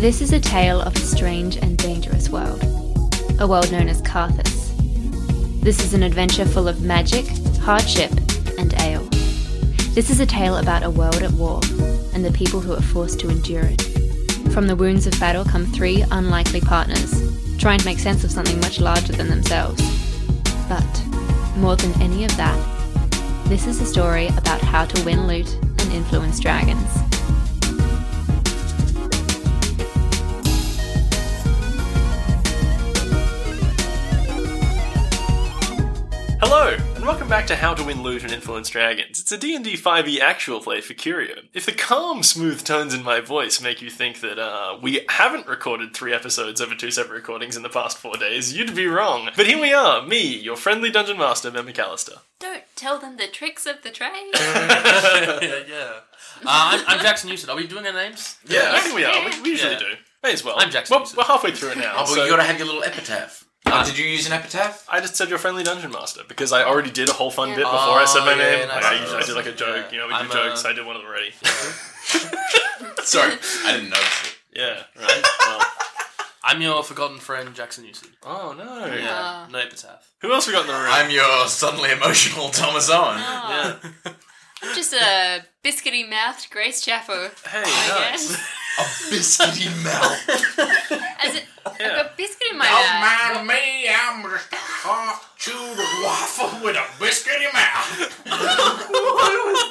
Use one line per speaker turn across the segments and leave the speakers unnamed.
This is a tale of a strange and dangerous world, a world known as Carthus. This is an adventure full of magic, hardship, and ale. This is a tale about a world at war and the people who are forced to endure it. From the wounds of battle come three unlikely partners, trying to make sense of something much larger than themselves. But, more than any of that, this is a story about how to win loot and influence dragons.
Hello, and welcome back to How to Win Loot and Influence Dragons. It's a D&D 5e E actual play for Curio. If the calm, smooth tones in my voice make you think that uh, we haven't recorded three episodes over two separate recordings in the past four days, you'd be wrong. But here we are, me, your friendly Dungeon Master, Ben McAllister.
Don't tell them the tricks of the trade.
yeah, yeah. Uh, I'm, I'm Jackson Newton. Are we doing our names?
Yeah, I think we are. We, we usually
Yeah.
do. May as well.
I'm Jackson
Well, we're halfway through it now.
Oh, but
so
you gotta have your little epitaph.
Ah.
oh, did you use an epitaph?
I just said your friendly dungeon master because I already did a whole fun
Yeah.
bit before I said my
Oh, yeah,
name.
no,
Like,
no,
I,
no,
usually- I did like a joke.
yeah.
You know, we do
I'm, uh,
jokes. I did one of them already.
Sorry, I didn't notice it.
yeah. Right. Well,
I'm your forgotten friend, Jackson Newton. Uh,
oh no.
Ah.
No epitaph.
Who else we got in the room?
I'm your suddenly emotional Thomas Owen.
Ah,
yeah.
Just a biscuity mouthed Grace Chaffo.
Hey,
I
nice.
guess.
A biscuity mouth.
As it,
Yeah.
I've got biscuit in my mouth.
mind me, I'm just a half chewed waffle with a biscuity mouth.
Why was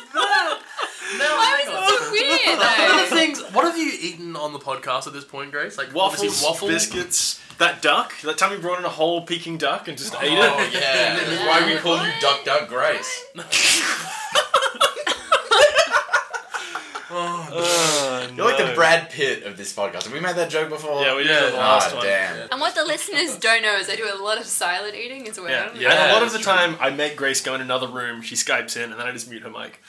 it so weird
What are
though?
the things? What have you eaten on the podcast at this point, Grace? Like obviously
Waffles,
waffles,
biscuits. That duck. That time we brought in a whole Peking duck and just ate it.
Oh, yeah. This is why we call you Duck Duck Grace.
uh,
Oh,
You're like
no.
the Brad Pitt of this podcast. Have we made that joke before?
Yeah, we did
Yeah.
that the last
Ah,
one.
damn.
And what the listeners don't know is I do a lot of silent eating as well.
Yeah, yeah.
Yeah,
And a lot of
that's
the
true.
time, I make Grace go in another room. She skypes in, and then I just mute her mic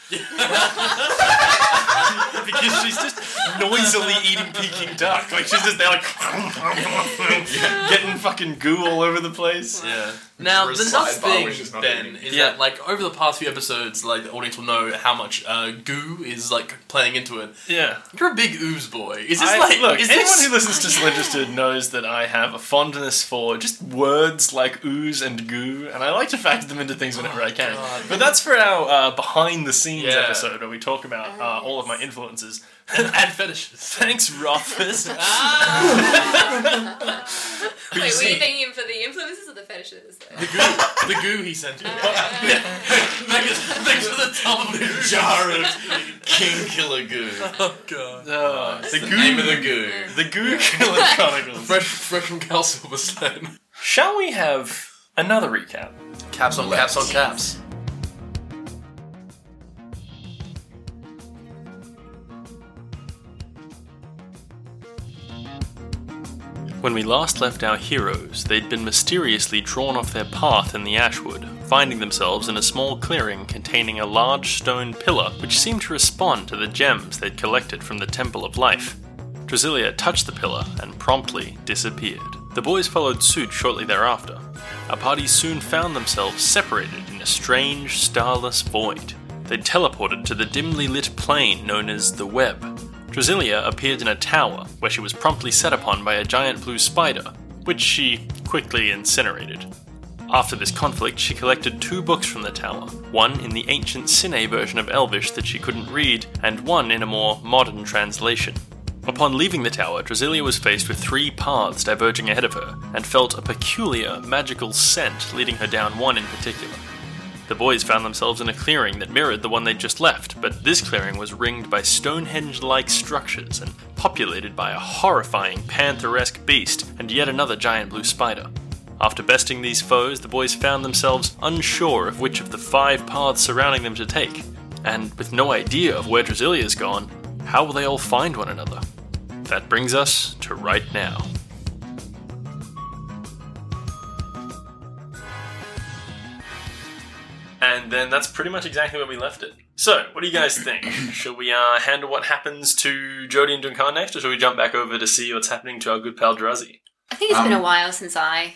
because she's just noisily eating Peking duck. Like she's just there, like getting fucking goo all over the place.
Yeah. Now the
Whereas
nuts
side bar,
thing,
which is not
Ben,
eating.
is
Yeah.
that like over the past few episodes, like the audience will know how much uh, goo is like playing into it.
Yeah.
You're a big ooze boy. Is this
I-
like?
look,
is
anyone
this?
who listens to Slenderstud knows that I have a fondness for just words like ooze and goo, and I like to factor them into things whenever I can.
Oh God.
But that's for our uh, behind the scenes
Yeah.
episode where we talk about uh, all of my influences.
and fetishes.
Thanks, Rothfuss.
Wait, were
you
you
see-
thanking him for the influences or the fetishes? though?
The goo, the goo he sent you. thanks, thanks for the top of the goo.
Jar of King Killer Goo.
Oh god.
Uh, the,
The
goo,
name of the goo.
the Goo Killer Chronicles.
Fresh, fresh from Cal Silverstone.
Shall we have another recap?
Caps on
caps on
caps.
When we last left our heroes, they'd been mysteriously drawn off their path in the Ashwood, finding themselves in a small clearing containing a large stone pillar which seemed to respond to the gems they'd collected from the Temple of Life. Drasilia touched the pillar and promptly disappeared. The boys followed suit shortly thereafter. Our party soon found themselves separated in a strange, starless void. They'd teleported to the dimly lit plane known as the Web, Drasilia appeared in a tower, where she was promptly set upon by a giant blue spider, which she quickly incinerated. After this conflict, she collected two books from the tower one in the ancient Sine version of Elvish that she couldn't read, and one in a more modern translation. Upon leaving the tower, Drasilia was faced with three paths diverging ahead of her, and felt a peculiar, magical scent leading her down one in particular. The boys found themselves in a clearing that mirrored the one they'd just left, but this clearing was ringed by Stonehenge like structures and populated by a horrifying pantheresque beast and yet another giant blue spider. After besting these foes, the boys found themselves unsure of which of the five paths surrounding them to take, and with no idea of where Drasilia's gone, how will they all find one another? That brings us to right now. And then that's pretty much exactly where we left it. So, what do you guys think? shall we uh, handle what happens to Jody and Duncan next, or shall we jump back over to see what's happening to our good pal Drazi?
I think it's been
Um,
a while since I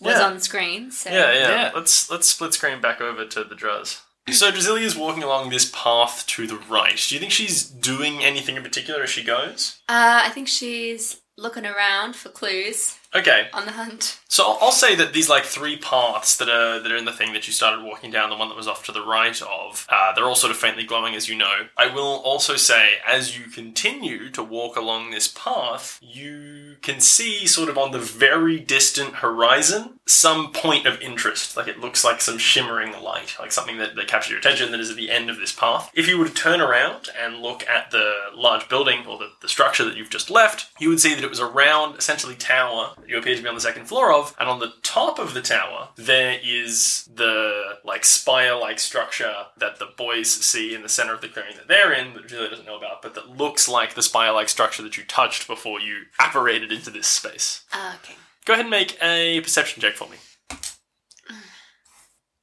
was
Yeah.
on screen, so
Yeah, yeah,
Yeah.
Let's let's split screen back over to the Draz. So Drusilia's walking along this path to the right. Do you think she's doing anything in particular as she goes?
Uh, I think she's looking around for clues
Okay,
on the hunt.
so I'll, I'll say that these like three paths that are that are in the thing that you started walking down, the one that was off to the right of, uh, they're all sort of faintly glowing, as you know. I will also say, as you continue to walk along this path, you can see sort of on the very distant horizon some point of interest. Like it looks like some shimmering light, like something that, that captures your attention that is at the end of this path. If you were to turn around and look at the large building or the, the structure that you've just left, you would see that it was a round, essentially tower that you appear to be on the second floor of, and on the top of the tower there is the like spire-like structure that the boys see in the center of the clearing that they're in, that Julia doesn't know about, but that looks like the spire-like structure that you touched before you apparated into this space.
Ah, okay.
Go ahead and make a perception check for me.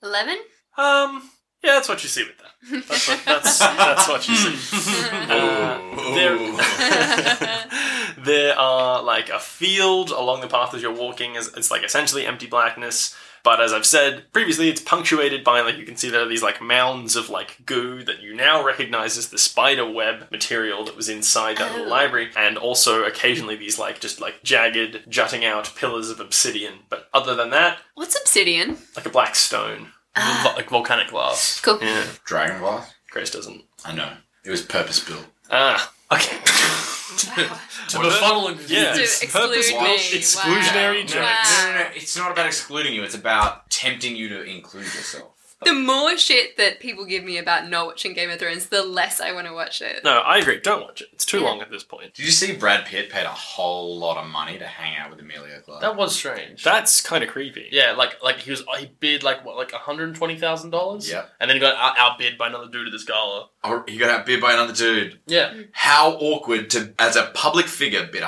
11?
Um, yeah, that's what you see with that. That's what, that's, that's what you see. Uh, there, there are like a field along the path as you're walking. It's, it's like essentially empty blackness. But as I've said previously, it's punctuated by like you can see there are these like mounds of like goo that you now recognize as the spider web material that was inside that
Oh.
little library, and also occasionally these like just like jagged, jutting out pillars of obsidian. But other than that,
What's obsidian?
like a black stone, Vol- like volcanic glass.
Ah. Cool.
Yeah,
Dragon glass?
Grace doesn't.
I know. It was purpose built.
Ah, okay.
To befuddle and confuse.
Yeah.
To
It's
exclude
purposeful.
me.
Exclusionary
wow.
jokes.
Wow.
no, no. It's not about excluding you, it's about tempting you to include yourself.
The more shit that people give me about not watching Game of Thrones, the less I want to watch it.
No, I agree. Don't watch it. It's too long at this point.
Did you see Brad Pitt paid a whole lot of money to hang out with Amelia Clark?
That was strange.
That's kind of creepy.
yeah, like like he was he bid like what like hundred and twenty thousand dollars.
Yep.
And then he got out- outbid by another dude at this gala.
Oh, he got outbid by another dude.
Yeah.
How awkward to, as a public figure, bid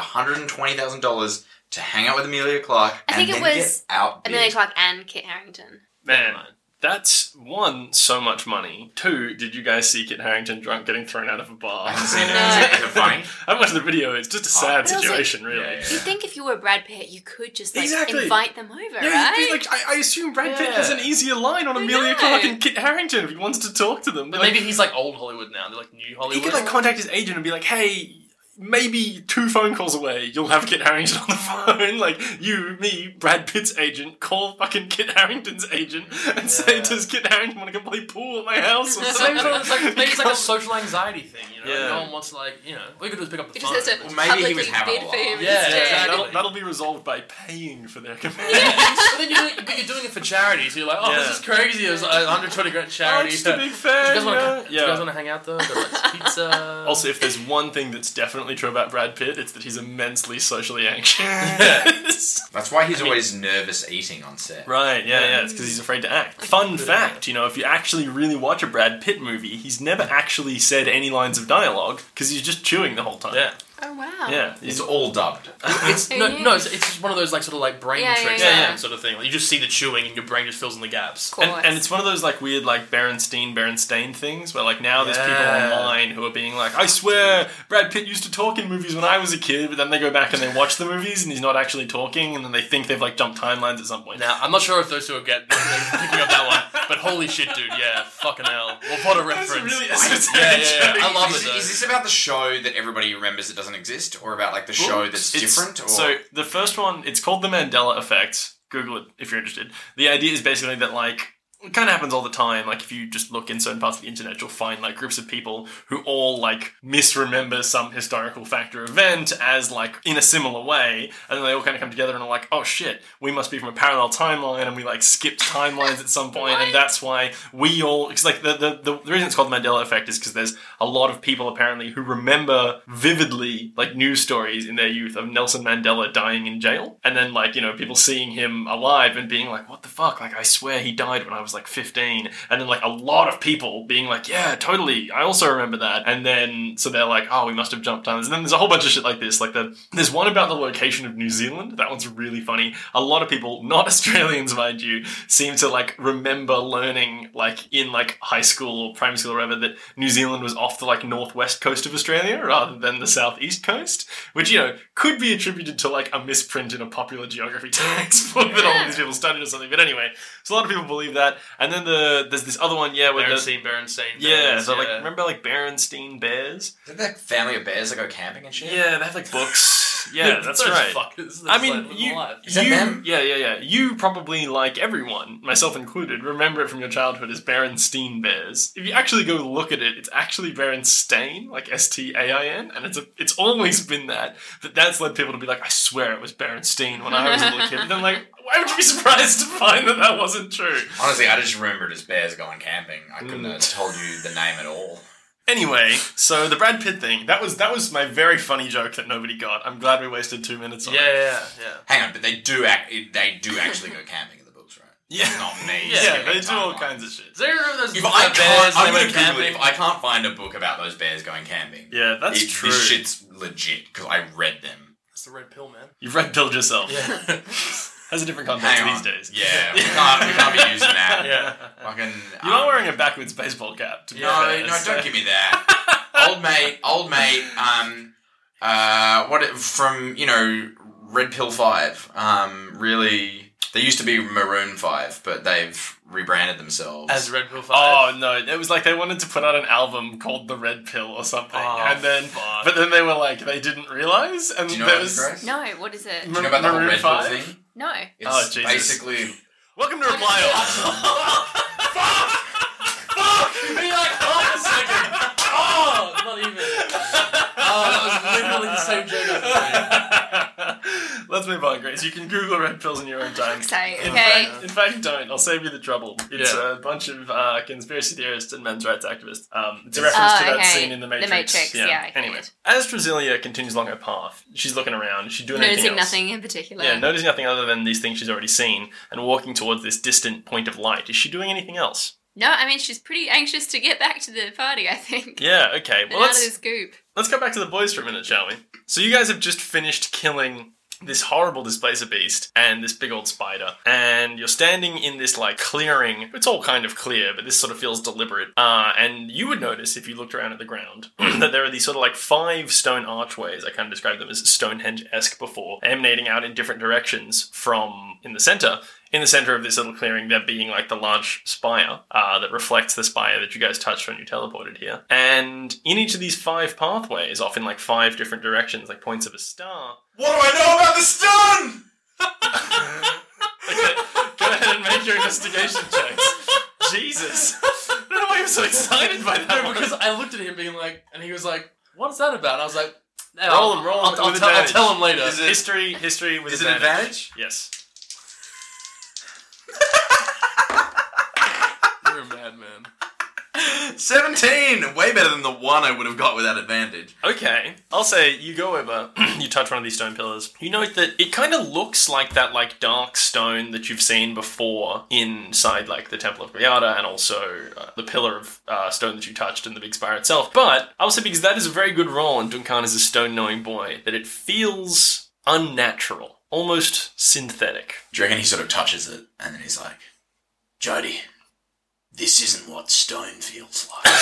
$120,000 to hang out with Amelia Clark
I
and
think it
then
was
get outbid.
Amelia Clark and Kit Harrington.
Man, that's one, so much money. Two, did you guys see Kit Harrington drunk getting thrown out of a bar?
I haven't seen it.
No.
Is it funny?
I watched the video. It's just a sad
But also-
situation, really.
Yeah, yeah.
You'd think if you were Brad Pitt, you could just like
Exactly.
invite them over,
Yeah,
right?
you'd be like, I, I assume Brad Pitt has
Yeah.
an easier line on
I
Amelia
know.
Clark and Kit Harrington if he wants to talk to them.
But maybe he's like old Hollywood now. They're like new
he
Hollywood.
could like contact his agent and be like, "Hey, maybe two phone calls away, you'll have Kit Harrington on the phone. Like you, me, Brad Pitt's agent, call fucking Kit Harrington's agent and say,
Yeah.
does Kit Harrington want to come play pool at my house or
So maybe
something?"
it's, like, maybe it's like a social anxiety thing, you know?
Yeah.
No one wants to, like, you know, all you could do is pick up the
It
phone.
just has to
Well, maybe
publicly
he was having
bid
a
for him
laugh.
Yeah,
instead.
exactly.
That'll, that'll be resolved by paying for their command.
but then you're doing, but you're doing it for charity, so you're like, oh,
Yeah.
this is crazy. It was like 120 grand
I'm
charity.
just a big
Do you
fan.
guys want to
you know? Yeah.
hang out though? Go like to pizza.
Also, if there's one thing that's definitely true about Brad Pitt, it's that he's immensely socially anxious.
That's why he's always nervous eating on set.
Right, yeah, yeah, it's because he's afraid to act. Fun fact, you know, if you actually really watch a Brad Pitt movie, he's never actually said any lines of dialogue because he's just chewing the whole time.
yeah,
Oh wow.
Yeah.
It's
He's,
all dubbed.
it's
Who
no,
knew?
no, it's, it's just one of those like sort of like brain
Yeah, yeah,
tricks,
yeah.
I think, sort of thing. Like, you just see the chewing, and your brain just fills in the gaps.
Cool.
and, and it's one of those like weird like Berenstein Berenstain things where like now there's people
Yeah.
online who are being like, I swear Brad Pitt used to talk in movies when I was a kid, but then they go back and they watch the movies and he's not actually talking, and then they think they've like jumped timelines at some point.
Now, I'm not sure if those two are getting picking up that one, but holy shit, dude, yeah, fucking hell, well, what a
That's
reference.
really
yeah, yeah, yeah. I love
Is,
it. Though.
is this about the show that everybody remembers that doesn't exist, or about like the show that's
It's-
different? Or...
So the first one, it's called the Mandela effect. Google it if you're interested. The idea is basically that like it kind of happens all the time. Like if you just look in certain parts of the internet, you'll find like groups of people who all like misremember some historical fact or event as like in a similar way, and then they all kind of come together and are like, oh shit, we must be from a parallel timeline, and we like skipped timelines at some point, and that's why we all because like the, the the the reason it's called the Mandela effect is because there's a lot of people apparently who remember vividly like news stories in their youth of Nelson Mandela dying in jail, and then like you know people seeing him alive and being like, what the fuck? Like I swear he died when I was like 15, and then like a lot of people being like, yeah, totally, I also remember that, and then so they're like, oh, we must have jumped times, and then there's a whole bunch of shit like this. Like the there's one about the location of New Zealand. That one's really funny. A lot of people, not Australians, mind you, seem to like remember learning like in like high school or primary school or whatever that New Zealand was off the like northwest coast of Australia rather than the southeast coast, which you know could be attributed to like a misprint in a popular geography textbook that all these people studied or something. But anyway, so a lot of people believe that. that. And then the there's this other one, yeah, where the,
Berenstain, Berenstain.
yeah,
Berens,
so like remember like Berenstein Bears?
Did that family of bears that go camping and shit?
Yeah, they have like books. Yeah, that's
Those
right.
Fuckers,
I
that's
mean,
like,
you,
alive.
Is that
you-
them?
yeah, yeah, yeah. You probably, like everyone, myself included, remember it from your childhood as Berenstein Bears. If you actually go look at it, it's actually Berenstain, like S T A I N, and it's a, it's always been that. But that's led people to be like, I swear it was Berenstein when I was a little kid. And I'm like, why would you be surprised to find that that wasn't true?
Honestly, I just remembered as bears going camping. I couldn't
Mm.
have told you the name at all.
Anyway, so the Brad Pitt thing that was that was my very funny joke that nobody got. I'm glad we wasted two minutes
Yeah,
on it.
yeah, yeah.
Hang on, but they do act. They do actually go camping in the books, right?
Yeah.
not me.
Yeah,
skipping
they
a
do all
timeline.
kinds of shit.
Is there of those
If I
the
can't,
bears that
I'm gonna
went
Google it.
camping?
If I can't find a book about those bears going camping,
Yeah, that's
it-
true.
This shit's legit because I read them.
That's the red pill, man.
You've red pilled yourself.
Yeah.
Has a different context
Hang on.
these days.
Yeah, we can't, we can't be using that.
yeah.
Fucking,
You're not
um,
wearing a backwards baseball cap. To be
No,
fair,
no,
so-
don't give me that. old mate, old mate. Um, uh, what it- from you know Red Pill Five? Um, really, they used to be Maroon Five, but they've rebranded themselves.
As red pill five.
Oh no! It was like they wanted to put out an album called The Red Pill or something,
Oh,
and then
fuck.
but then they were like they didn't realize, and
Do you know
there
about
was
this, Grace?
No, what is it?
Do you know about the whole
Maroon
Red
five?
Pill thing?
No.
It's
Oh, Jesus.
basically
Welcome to Reply All.
Be like, oh, a second. Oh, not even. Oh, that was literally the same joke. I
Let's move on, Grace. You can Google Red Pills in your own time.
Fuck's sake,
In
okay.
fact- In fact, don't. I'll save you the trouble. It's
Yeah.
a bunch of uh, conspiracy theorists and men's rights activists. Um, it's a reference
Oh,
to that
okay.
scene in The
The
Matrix.
Matrix, yeah, I
anyway,
get it.
as Drasilia continues along her path, she's looking around. She's doing anything
Noticing
else.
nothing in particular.
Yeah, noticing nothing other than these things she's already seen and walking towards this distant point of light. Is she doing anything else?
No, I mean she's pretty anxious to get back to the party. I think.
Yeah. Okay.
And
Well,
out of
let's
this goop.
let's go back to the boys for a minute, shall we? So you guys have just finished killing this horrible displacer beast and this big old spider, and you're standing in this like clearing. It's all kind of clear, but this sort of feels deliberate. Uh, and you would notice if you looked around at the ground that there are these sort of like five stone archways. I kind of described them as Stonehenge-esque before, emanating out in different directions from in the center. In the center of this little clearing, there being like the large spire uh, that reflects the spire that you guys touched when you teleported here. And in each of these five pathways, off in like five different directions, like points of a star,
what do I know about the stun?
Okay, go ahead and make your investigation checks. Jesus. I don't know why you're so excited by that.
No,
one.
because I looked at him being like, and he was like, "What's that about?" And I was like, no,
Roll
I'll-
him, roll him
I'll, I'll,
with
tell- I'll
advantage.
tell him later.
Is it-
history, history with
Is it advantage?
Yes.
You're a madman.
Seventeen, way better than the one I would have got without advantage.
Okay, I'll say you go over, you touch one of these stone pillars. You note that it kind of looks like that like dark stone that you've seen before inside like the Temple of Griata and also uh, the pillar of uh, stone that you touched in the big spire itself. But I'll say because that is a very good role and Duncan is a stone knowing boy that it feels unnatural, almost synthetic.
Do you reckon he sort of touches it and then he's like, Jody, this isn't what stone feels like.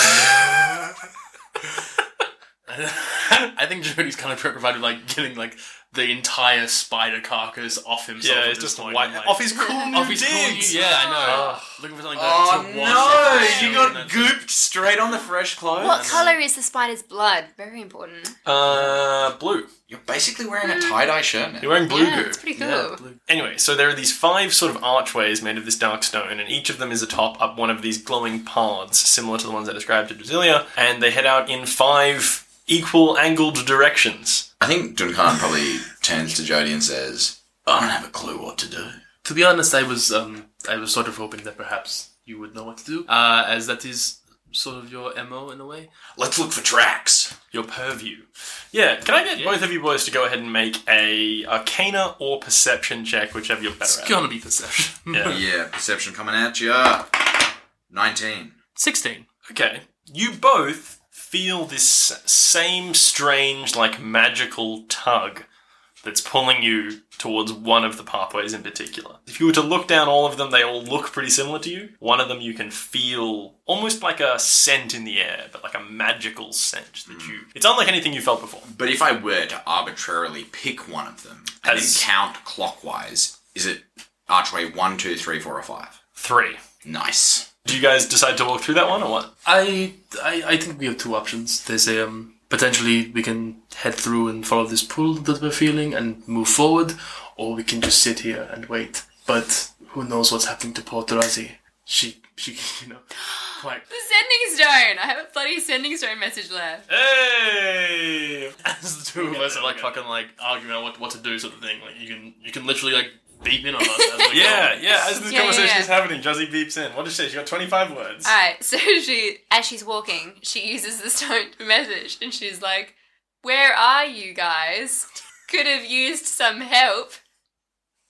I think Jody's kind of preoccupied with like getting like the entire spider carcass off himself. at
Yeah, it's
this
just
point,
white
and, like,
off his cool new
off his cool
digs.
new- Yeah, I know.
Ugh.
Looking for something to,
oh
to wash.
no! You got gooped straight on the fresh clothes.
What color is the spider's blood? Very important.
Uh, blue.
You're basically wearing a tie dye shirt now.
You're wearing blue
yeah,
goo.
it's pretty cool.
Anyway, so there are these five sort of archways made of this dark stone, and each of them is atop up one of these glowing paths, similar to the ones I described to Drasilia, and they head out in five equal angled directions.
I think Duncan probably turns to Jody and says, I don't have a clue what to do.
To be honest, I was um I was sort of hoping that perhaps you would know what to do, uh, as that is sort of your mo in a way.
Let's look for tracks.
Your purview. Yeah, can I get both of you boys to go ahead and make a Arcana or Perception check, whichever you're better
It's
at?
gonna be perception.
Yeah.
Yeah, perception coming at you. 19.
Sixteen.
Okay. You both feel this s- same strange, like, magical tug that's pulling you towards one of the pathways in particular. If you were to look down all of them, they all look pretty similar to you. One of them you can feel almost like a scent in the air, but like a magical scent that you. It's unlike anything you felt before.
But if I were to arbitrarily pick one of them and
As-
then count clockwise, is it archway one, two, three, four, or 5?
Three.
Nice.
Do you guys decide to walk through that one or what?
I, I I think we have two options. There's a um, potentially we can head through and follow this pool that we're feeling and move forward, or we can just sit here and wait. But who knows what's happening to Porterazi? She she you know like
The sending stone. I have a bloody sending stone message left.
hey. As the two of us are like fucking like arguing on what, what to do sort of thing. Like you can you can literally like beep in on us. As we go.
Yeah, yeah. As this
Yeah, yeah,
conversation
yeah. Uh,
is happening, Jazzy beeps in. What did she say? She got twenty-five words.
Alright, so she, as she's walking, she uses the stone to message and she's like, Where are you guys? Could have used some help.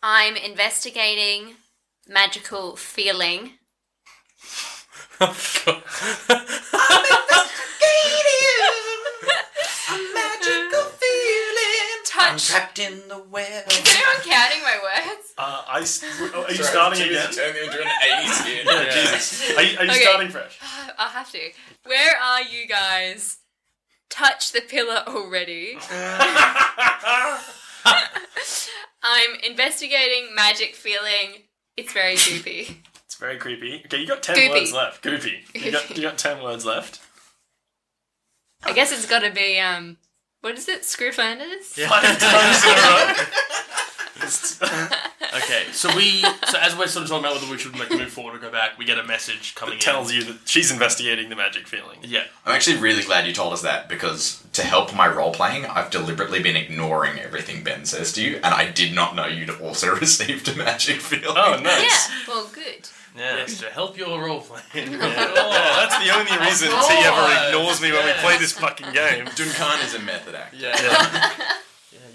I'm investigating magical feeling.
I'm
Touch.
trapped in the web.
Is anyone counting my words?
Uh, I s- are you starting again?
Turning into an 80s kid.
Yeah, Jesus. Are you, are you
Okay.
starting fresh?
I'll have to. Where are you guys? Touch the pillar already. I'm investigating magic feeling. It's very goopy.
It's very creepy. Okay, you got ten
Goopy.
words left. Goopy. You got, you got ten words left.
I guess it's gotta be, um, what is it? Screw Flanders? Yeah.
Five times in a row.
Okay. So we so as we're sort of talking about whether we should like move forward or go back, we get a message coming
It tells you that she's investigating the magic feeling.
in. Yeah.
I'm actually really glad you told us that because to help my role playing, I've deliberately been ignoring everything Ben says to you, and I did not know you'd also received a magic feeling.
Oh, nice.
Well, good.
Yeah.
Yes, to help your role playing.
Oh, that's the only reason he ever ignores me when we play this fucking game.
Duncan is a method actor.
Yeah. yeah.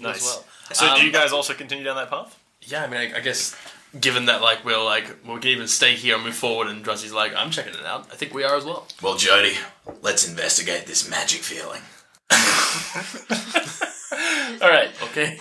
Nice.
nice. Well.
So, do
Um,
you guys also continue down that path?
Yeah, I mean, I, I guess given that like we're like we can even stay here and move forward, and Druzzy's like, I'm checking it out. I think we are as well.
Well, Jody, let's investigate this magic feeling.
All right.
Okay.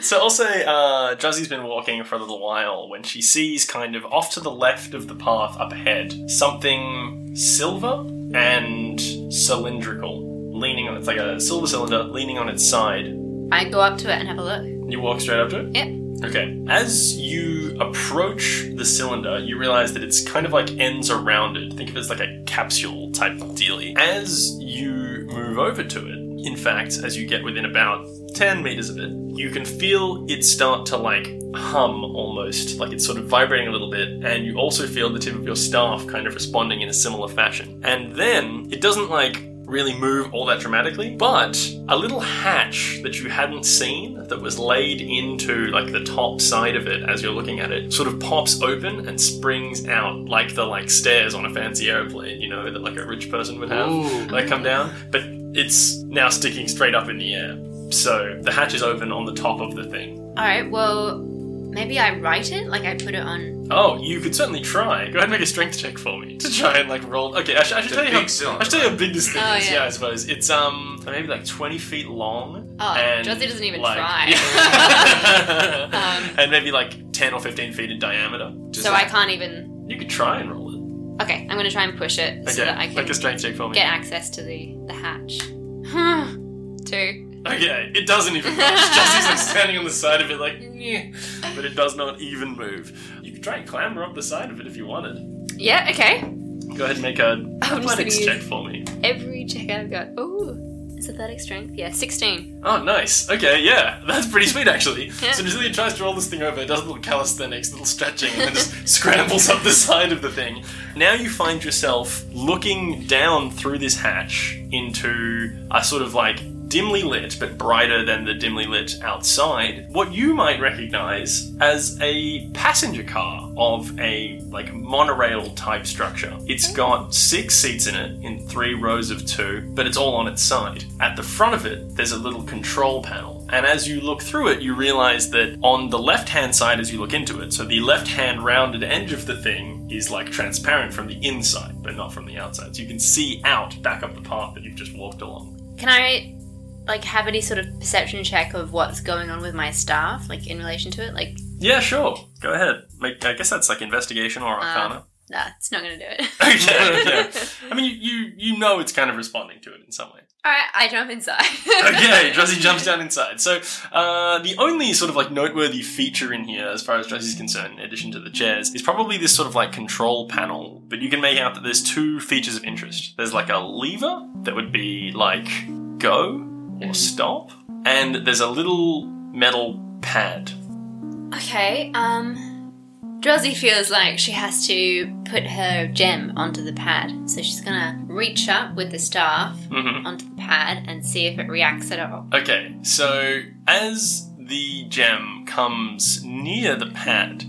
So I'll say uh, Jazzy's been walking for a little while when she sees kind of off to the left of the path up ahead something silver and cylindrical leaning on it's like a silver cylinder leaning on its side.
I go up to it and have a look.
You walk straight up to it?
Yep.
Okay. As you approach the cylinder, you realize that it's kind of like ends are rounded. Think of it as like a capsule type dealy. As you move over to it, in fact, as you get within about 10 meters of it, you can feel it start to like hum almost, like it's sort of vibrating a little bit, and you also feel the tip of your staff kind of responding in a similar fashion. And then it doesn't like really move all that dramatically, but a little hatch that you hadn't seen that was laid into like the top side of it as you're looking at it sort of pops open and springs out like the like stairs on a fancy airplane, you know, that like a rich person would have.
Ooh.
Like come down, but it's now sticking straight up in the air. So the hatch is open on the top of the thing.
Alright, well, maybe I write it? Like I put it on.
Oh, you could certainly try. Go ahead and make a strength check for me to try and like roll. Okay, I, sh- I should
The
tell you
big
how
cylinder,
I should tell you how big this thing
Oh,
is. Yeah.
yeah.
I suppose it's um maybe like twenty feet long.
Oh,
and
Josie doesn't even
like-
try. Um,
and maybe like ten or fifteen feet in diameter.
Does
so
that-
I can't even.
You could try and roll it.
Okay, I'm gonna try and push it so
Okay,
that I can
make a strength check for me.
get access to the, the hatch. Huh. Two.
Okay, it doesn't even move. Jesse's like standing on the side of it, like, "Nyeh," but it does not even move. You could try and clamber up the side of it if you wanted.
Yeah, okay.
Go ahead and make a
gonna
athletics
use-
check for me.
Every check I've got. Ooh. Is athletic strength? Yeah, 16.
Oh, nice. Okay, yeah, that's pretty sweet actually.
Yeah.
So Brasilia tries to roll this thing over, does a little calisthenics, little stretching, and then just scrambles up the side of the thing. Now you find yourself looking down through this hatch into a sort of like dimly lit, but brighter than the dimly lit outside, what you might recognize as a passenger car of a like monorail type structure. It's got six seats in it in three rows of two, but it's all on its side. At the front of it, there's a little control panel. And as you look through it, you realize that on the left hand side, as you look into it, so the left hand rounded edge of the thing is like transparent from the inside, but not from the outside. So you can see out back up the path that you've just walked along.
Can I, like, have any sort of perception check of what's going on with my staff, like, in relation to it? Like,
Yeah, sure. Go ahead. Make, I guess that's like investigation or arcana.
nah, it's not gonna do it.
Okay, yeah. I mean, you, you you know it's kind of responding to it in some way.
Alright, I jump inside.
okay, Drusy jumps down inside. So uh, the only sort of like noteworthy feature in here, as far as Drussy's concerned, in addition to the chairs, is probably this sort of like control panel. But you can make out that there's two features of interest. There's like a lever that would be like go or stop, and there's a little metal pad.
Okay, um. Drowsy feels like she has to put her gem onto the pad. So she's gonna reach up with the staff
Mhm.
onto the pad and see if it reacts at all.
Okay, so as the gem comes near the pad,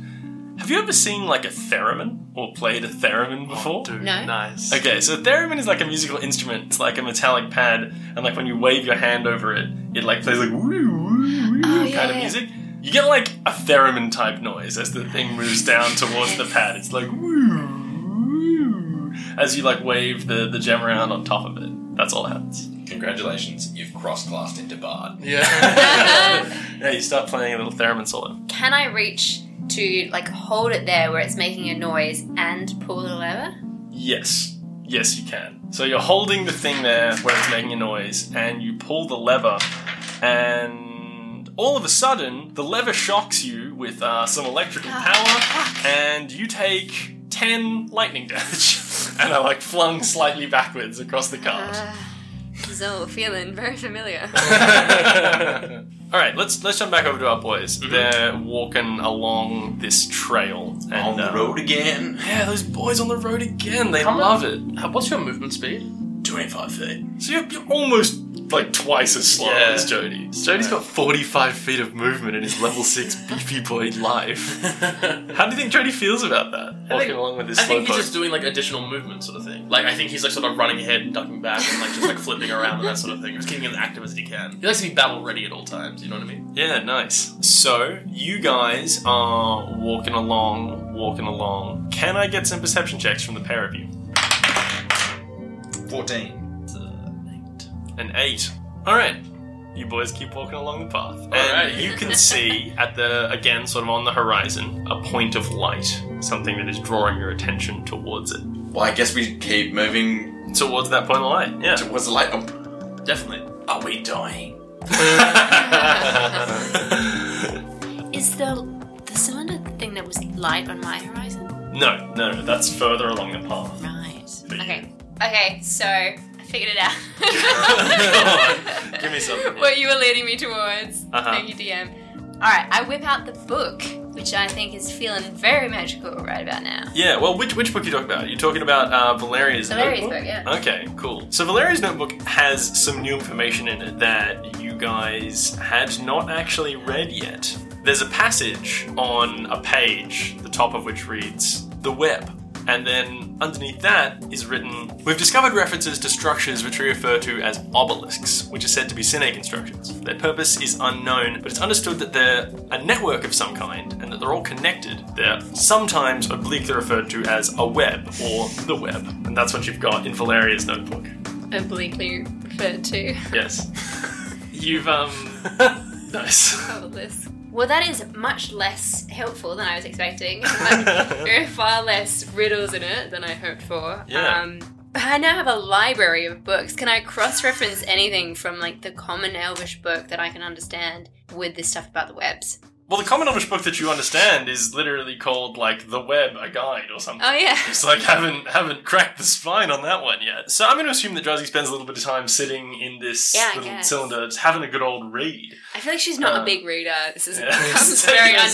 have you ever seen like a theremin or played a theremin before?
Oh, Dude,
No.
Nice.
Okay, so theremin is like a musical instrument. It's like a metallic pad, and like when you wave your hand over it, it like plays like woo woo woo
Oh,
kind
yeah,
of
yeah.
music. You get like a theremin type noise as the thing moves down towards the pad. It's like woo woo as you like wave the the gem around on top of it. That's all that happens.
Congratulations, you've cross classed into Bard.
Yeah.
Yeah, you start playing a little theremin solo.
Can I reach to like hold it there where it's making a noise and pull the lever?
Yes. Yes, you can. So you're holding the thing there where it's making a noise, and you pull the lever, and all of a sudden, the lever shocks you with uh, some electrical power, and you take 10 lightning damage. And are like flung slightly backwards across the card.
This is all feeling very familiar.
all right, let's let's jump back over to our boys.
Mm-hmm.
They're walking along this trail and
On the
uh,
road again.
Yeah, those boys on the road again. They
How mu-
love it.
What's your movement speed?
25 feet.
So you're, you're almost like twice as slow
Yeah.
as Jody. Jody's got 45 feet of movement in his level 6 beefy boy life.
I
How do you think Jody feels about that? Walking along with his slow
think he's just doing like additional movement sort of thing. Like I think he's like sort of running ahead and ducking back and like just like flipping around and that sort of thing. Just keeping as active as he can. He likes to be battle ready at all times. You know what I mean?
Yeah, nice. So you guys are walking along, walking along. Can I get some perception checks from the pair of you?
14.
uh,
An eight. All right. You boys keep walking along the path, and
right.
you can see at the again, sort of on the horizon, a point of light, something that is drawing your attention towards it.
Well, I guess we keep moving
Towards that point of light, yeah.
towards the light. Oh,
Definitely.
Are we dying?
Is the the cylinder thing that was light on my horizon?
no, no, that's further along the path.
Right.
But
Okay. Okay, so I figured it out.
Go on, give me something.
what you were leading me towards.
Uh-huh.
Thank you, DM. Alright, I whip out the book, which I think is feeling very magical right about now.
Yeah, well, which which book are you talking about? You're talking about uh, Valeria's,
Valeria's
notebook.
book, yeah.
Okay, cool. So Valeria's notebook has some new information in it that you guys had not actually read yet. There's a passage on a page, the top of which reads "the web." And then underneath that is written, We've discovered references to structures which we refer to as obelisks, which are said to be Sinek constructions. Their purpose is unknown, but it's understood that they're a network of some kind and that they're all connected. They're sometimes obliquely referred to as a web or the web. And that's what you've got in Valeria's notebook.
Obliquely referred to.
Yes. You've, um. nice.
Well, that is much less helpful than I was expecting. there are far less riddles in it than I hoped for.
Yeah.
Um, I now have a library of books. Can I cross-reference anything from like the common Elvish book that I can understand with this stuff about the webs?
Well, the common Elvish book that you understand is literally called, like, The Web, a Guide or something.
Oh yeah.
It's like haven't haven't cracked the spine on that one yet. So I'm going to assume that Drowsy spends a little bit of time sitting in this
Yeah, I
little
guess.
cylinder, just having a good old read,
I feel like she's not
Uh,
a big reader. This is
yeah.
comes
It's
very
taking us-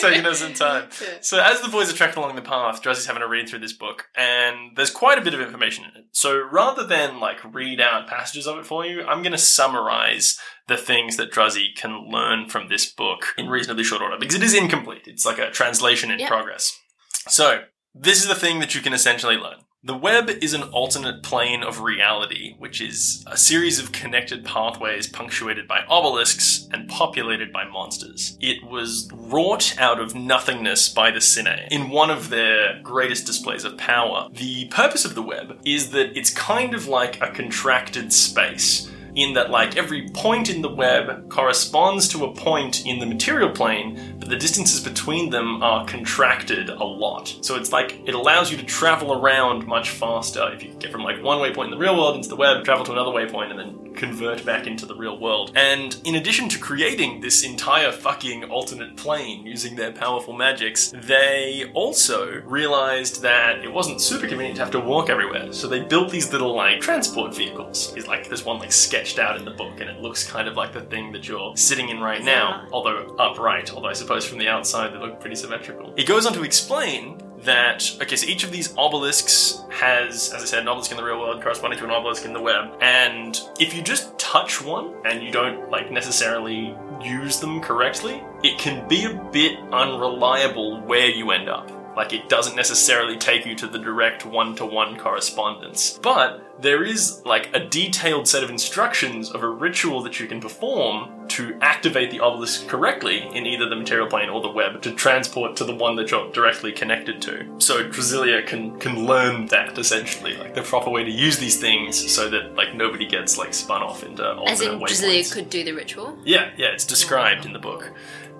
taking us in time.
Yeah.
So as the boys are trekking along the path, Drowsy's having a read through this book, and there's quite a bit of information in it. So rather than like read out passages of it for you, I'm going to summarize the things that Drowsy can learn from this book in reasonably short order because it is incomplete. It's like a translation in
Yep.
progress. So, this is the thing that you can essentially learn. The web is an alternate plane of reality, which is a series of connected pathways punctuated by obelisks and populated by monsters. It was wrought out of nothingness by the Sine in one of their greatest displays of power. The purpose of the web is that it's kind of like a contracted space in that like every point in the web corresponds to a point in the material plane, but the distances between them are contracted a lot. So it's like it allows you to travel around much faster if you get from like one waypoint in the real world into the web, travel to another waypoint, and then convert back into the real world. And in addition to creating this entire fucking alternate plane using their powerful magics, they also realized that it wasn't super convenient to have to walk everywhere. So they built these little like transport vehicles. It's like there's one like sketched out in the book, and it looks kind of like the thing that you're sitting in right now, although upright. Although I suppose from the outside they look pretty symmetrical. He goes on to explain that okay, so each of these obelisks has, as I said, an obelisk in the real world corresponding to an obelisk in the web, and if you just touch one and you don't like necessarily use them correctly, it can be a bit unreliable where you end up. Like it doesn't necessarily take you to the direct one-to-one correspondence, but there is like a detailed set of instructions of a ritual that you can perform to activate the obelisk correctly in either the material plane or the web to transport to the one that you're directly connected to. So Drasilia can can learn that essentially, like the proper way to use these things so that like nobody gets like spun off into alternate
As in,
waypoints.
Drasilia could do the ritual.
Yeah, yeah, it's described in the book.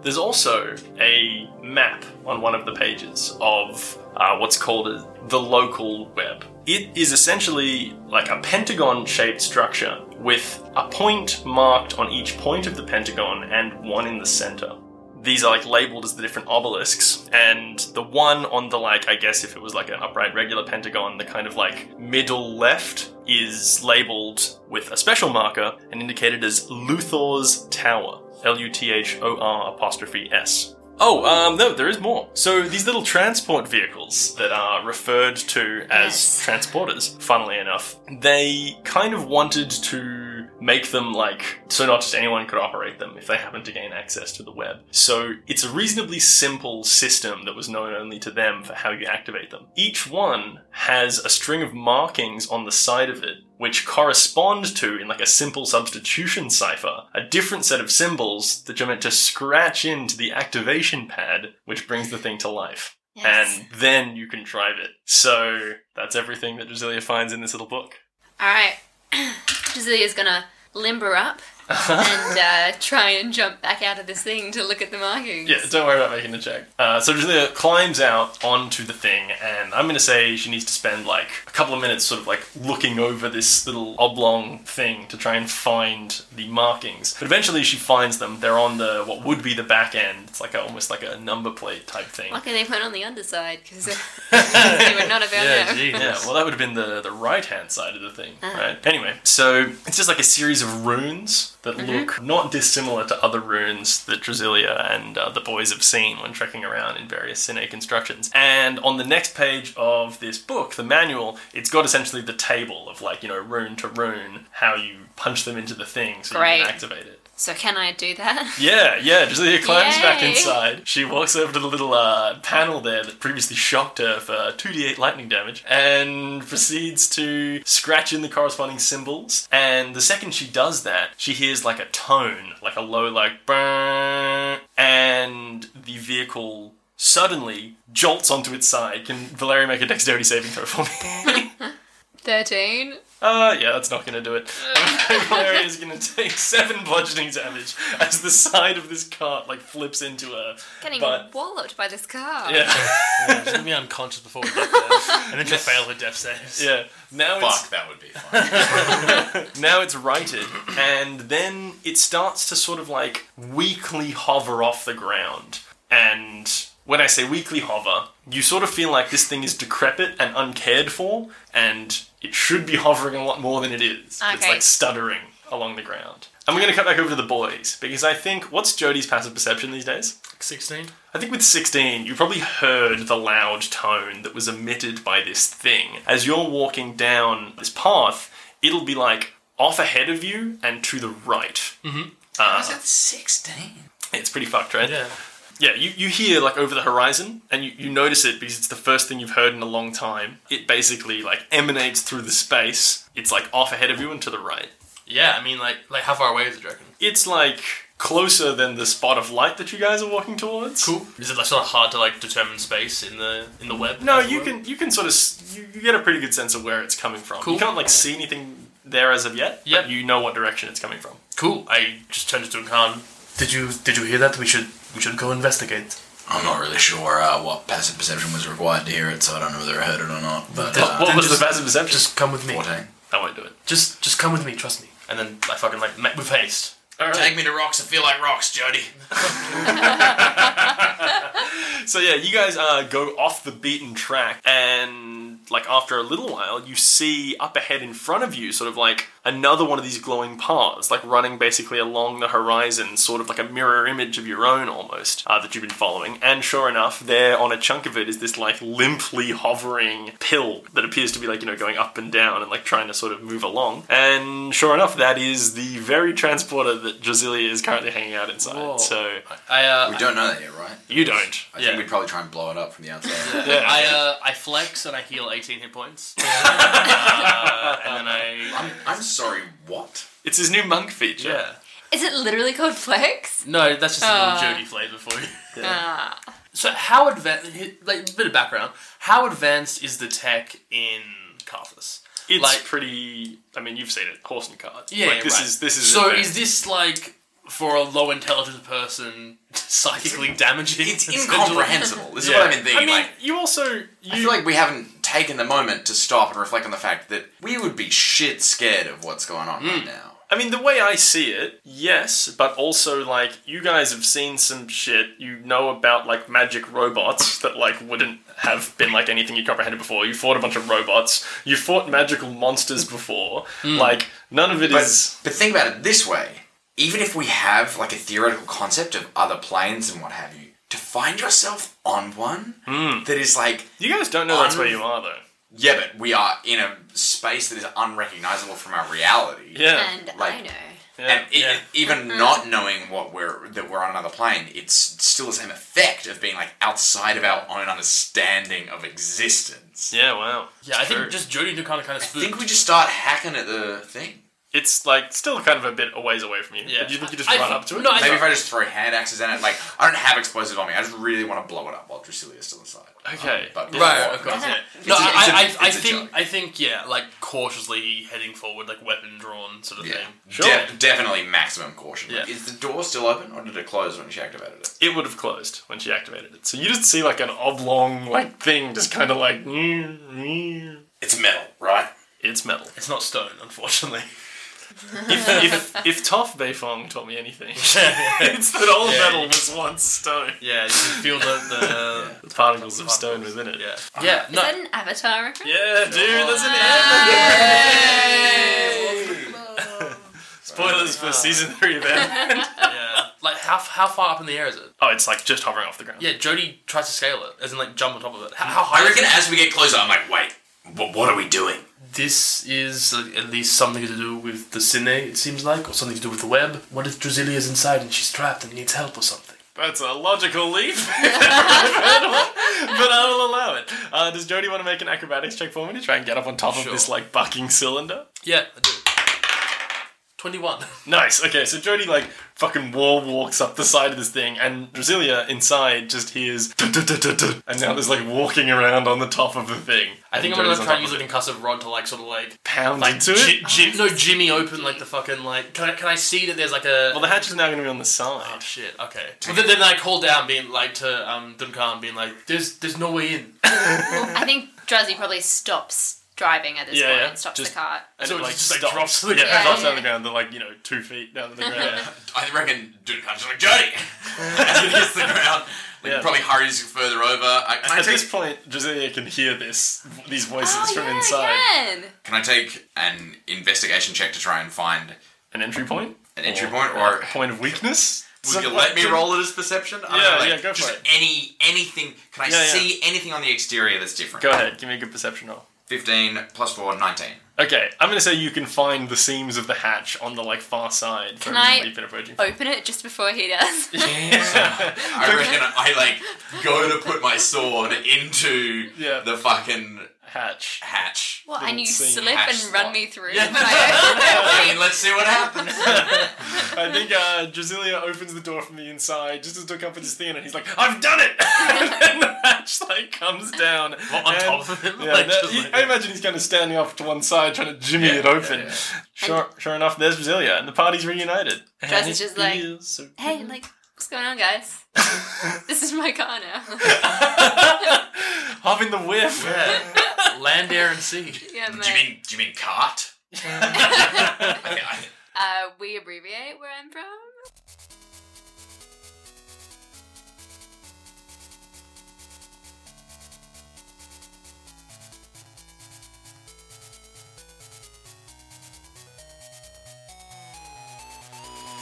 There's also a map on one of the pages of uh, what's called a, the local web. It is essentially like a pentagon shaped structure with a point marked on each point of the pentagon and one in the center. These are like labeled as the different obelisks, and the one on the like, I guess if it was like an upright regular pentagon, the kind of like middle left is labeled with a special marker and indicated as Luthor's Tower. L U T H O R apostrophe S. Oh, um, no, there is more. So these little transport vehicles that are referred to as
Yes.
transporters, funnily enough, they kind of wanted to make them like so not just anyone could operate them if they happened to gain access to the web. So it's a reasonably simple system that was known only to them for how you activate them. Each one has a string of markings on the side of it which correspond to in like a simple substitution cipher a different set of symbols that you're meant to scratch into the activation pad which brings the thing to life
Yes.
and then you can drive it. So that's everything that Drasilia finds in this little book.
All right, Drasilia's gonna limber up and uh, try and jump back out of this thing to look at the markings.
Yeah, don't worry about making the check. Uh, so Drasilia climbs out onto the thing, and I'm going to say she needs to spend like a couple of minutes sort of like looking over this little oblong thing to try and find the markings. But eventually she finds them. They're on the what would be the back end. It's like a, almost like a number plate type thing.
Luckily, they weren't on the underside because they were not about Uh.
Yeah,
them.
Jesus.
Yeah, well, that would have been the, the right hand side of the thing, right? Anyway, so it's just like a series of runes that
Mm-hmm.
look not dissimilar to other runes that Drasilia and uh, the boys have seen when trekking around in various Cine constructions. And on the next page of this book, the manual, it's got essentially the table of like, you know, rune to rune, how you punch them into the thing so you
Great.
can activate it.
So can I do that?
Yeah, yeah. Drasilia climbs back
Yay.
inside. She walks over to the little uh, panel there that previously shocked her for 2d8 lightning damage and proceeds to scratch in the corresponding symbols. And the second she does that, she hears like a tone, like a low, like, "brrrr," and the vehicle suddenly jolts onto its side. Can Valeria make a dexterity saving throw for me?
Thirteen.
Uh, yeah, that's not gonna do it. Valeria is gonna take seven bludgeoning damage as the side of this cart like flips into her.
Getting
But-
walloped by this car.
Yeah,
Yeah, she's gonna be unconscious before we get there, and then she'll fail her death saves.
yeah. Now
Fuck, that would be fun.
it's now it's righted, and then it starts to sort of like weakly hover off the ground. And when I say weakly hover, you sort of feel like this thing is decrepit and uncared for, and it should be hovering a lot more than it is. It's
Okay.
like stuttering along the ground. And we're gonna cut back over to the boys because I think what's Jody's passive perception these days?
Sixteen.
I think with 16, you probably heard the loud tone that was emitted by this thing. As you're walking down this path, it'll be like off ahead of you and to the right.
Hmm. Uh-huh.
I said 16.
It's pretty fucked, right?
Yeah.
Yeah, you, you hear like over the horizon and you, you notice it because it's the first thing you've heard in a long time. It basically like emanates through the space. It's like off ahead of you and to the right.
Yeah, I mean, like, like how far away is it, do you reckon?
It's like closer than the spot of light that you guys are walking towards.
Cool. Is it like sort of hard to like determine space in the in the web?
No,
as it
you
were?
can you can sort of s- you, you get a pretty good sense of where it's coming from. You
Cool.
can't like see anything there as of yet,
Yep.
but you know what direction it's coming from.
Cool.
I just turned it to a Khan.
Did you did you hear that? We should we should go investigate.
I'm not really sure uh, what passive perception was required to hear it, so I don't know whether I heard it or not. But
Well,
uh,
What
Then
was
just-
the passive perception?
Just come with me.
14.
I won't do it.
Just just come with me. Trust me.
And then I fucking like met with haste.
Take me to rocks. I feel like rocks, Jody.
So yeah, you guys uh, go off the beaten track, and like after a little while, you see up ahead in front of you, sort of like another one of these glowing paths, like running basically along the horizon, sort of like a mirror image of your own almost uh, that you've been following. And sure enough, there on a chunk of it is this like limply hovering pill that appears to be like you know going up and down and like trying to sort of move along. And sure enough, that is the very transporter that Drasilia is currently hanging out inside.
Whoa.
So
I uh,
We don't know that yet, right?
you don't.
I
Yeah.
think we'd probably try and blow it up from the outside.
Yeah.
I uh, I flex and I heal 18 hit points. uh, and then I
I'm, I'm sorry, what?
It's his new monk feature.
yeah.
Is it literally called flex?
No, that's just a
Uh.
little Jody flavor for you.
Ah.
So how advanced? Like a bit of background. How advanced is the tech in Carthus?
It's
Like-
pretty. I mean, you've seen it, horse and cart.
Yeah,
like, this
right.
is this is.
So
advanced.
is this like for a low intelligence person psychically damaging?
It's
essentially?
incomprehensible. This is
Yeah.
what I've been
I
thinking.
mean,
like,
you also you
I feel like we haven't taken the moment to stop and reflect on the fact that we would be shit scared of what's going on right now.
I mean, the way I see it, yes, but also like you guys have seen some shit. You know about like magic robots that like wouldn't have been like anything you comprehended before. You fought a bunch of robots. You fought magical monsters before. Like none of it is.
Hmm. But, but think about it this way: even if we have like a theoretical concept of other planes and what have you, to find yourself on one
Hmm.
that is like,
You guys don't know that's where
Un-
you are though.
yeah, but we are in a space that is unrecognizable from our reality.
Yeah.
Uh, And I
Like-
know.
yeah,
and e-
yeah.
even not knowing what we're that we're on another plane, it's still the same effect of being like outside of our own understanding of existence.
Yeah. Wow.
Yeah, I think
True.
just Jody to kind of kind of
I think
spook.
we just start hacking at the thing.
It's like still kind of a bit a ways away from you.
Yeah.
But you think you just
I-
run up to it?
no, I-
Maybe if I just throw hand axes at it, like I don't have explosive on me. I just really want to blow it up while Drusilia's still inside. Um,
Okay.
But
Right, of course.
Yeah.
No,
It's a- it's a-
I, I, I
it's a
think
joke.
I think yeah, like cautiously heading forward, like weapon drawn sort of
Yeah,
thing.
Sure.
Def- definitely maximum caution.
Yeah.
Is the door still open, or did it close when she activated it?
it would have closed when she activated it. So you just see like an oblong like thing just kind of like
It's metal, right?
it's metal.
It's not stone, unfortunately.
If if if Toph Beifong taught me anything, it's that all
Yeah.
metal was once stone.
Yeah, you can feel the
The particles of stone within it.
the yeah yeah
Is
no
that an avatar reference?
Yeah, dude, there's an Spoilers for season three of it.
yeah like how how far up in the air is it?
Oh, it's like just hovering off the ground.
Yeah, Jody tries to scale it, as in like jump on top of it. How, how high?
I
is it?
reckon as we get closer, I'm like, wait, wh- what are we doing?
This is uh, at least something to do with the cine, it seems like, or something to do with the web. What if Drusilia's inside and she's trapped and needs help or something?
That's a logical leap, but I will allow it. Uh, does Jody want to make an acrobatics check for me to try and get up on top of
Sure.
this like bucking cylinder?
Yeah, I do. Twenty-one.
Nice. Okay, so Jody like fucking wall walks up the side of this thing, and Drasilia inside just hears, "Dut, dut, dut, dut, dut," and now there's like walking around on the top of the thing.
I think
And
I'm gonna
Jody's on top
try and use
of
a concussive rod to like sort of like
it. pound
like
into
ji-
it.
ji- no Jimmy open like the fucking like can I can I see that there's like a
Well, the hatch is now going to be on the
oh
side.
shit okay well, then, then I call down being like to um Duncan being like there's there's no way in
Well, I think Druzzy probably stops driving at this
Yeah,
point
yeah.
and stops
Just-
the cart.
And
So
it
it
like
just, like,
stops.
drops to the
yeah,
ground.
it drops
Yeah.
down the ground. They're like you know two feet down to the ground.
I reckon Duncan's like, Jody! As it hits the ground, like,
Yeah.
probably hurries further over. I, can, I
At this
take,
point, Drasilia can hear this these voices
Oh,
from
yeah,
inside.
again.
can I take an investigation check to try and find
An entry point,
an entry point, or
a point of weakness.
would you let me roll it as perception? I
Yeah,
don't know, like,
yeah, go for
just
it.
any anything. Can I
Yeah, yeah.
see anything on the exterior that's different?
Go ahead. Give me a good perception roll.
15 plus 4, 19.
Okay, I'm gonna say you can find the seams of the hatch on the like far side from
Can I-
where you've been approaching. from.
Open it just before he does.
I reckon I like go to put my sword into
Yeah.
the fucking
Hatch.
Hatch.
Well, and you
Little scene
slip
hash
and run
slot.
me through.
Yeah.
But I
I mean, let's see what happens.
I think uh, Drasilia opens the door from the inside just as Dook up with his thing, and he's like, "I've done it!" and the hatch like comes down
Well, on
and-
top of him.
Yeah,
like,
that-
just
he-
like-
I imagine he's kind of standing off to one side, trying to jimmy
Yeah,
it open.
yeah, yeah.
Sure, sure enough, there's Brasilia, and the party's reunited.
Dress is
And it
just like-
feels so
don't- hey, like, what's going on, guys? this is my car now.
Having the whiff.
yeah. Land, air, and sea.
yeah,
do you
mate.
mean do you mean cart? I, I,
Uh, we abbreviate where I'm from.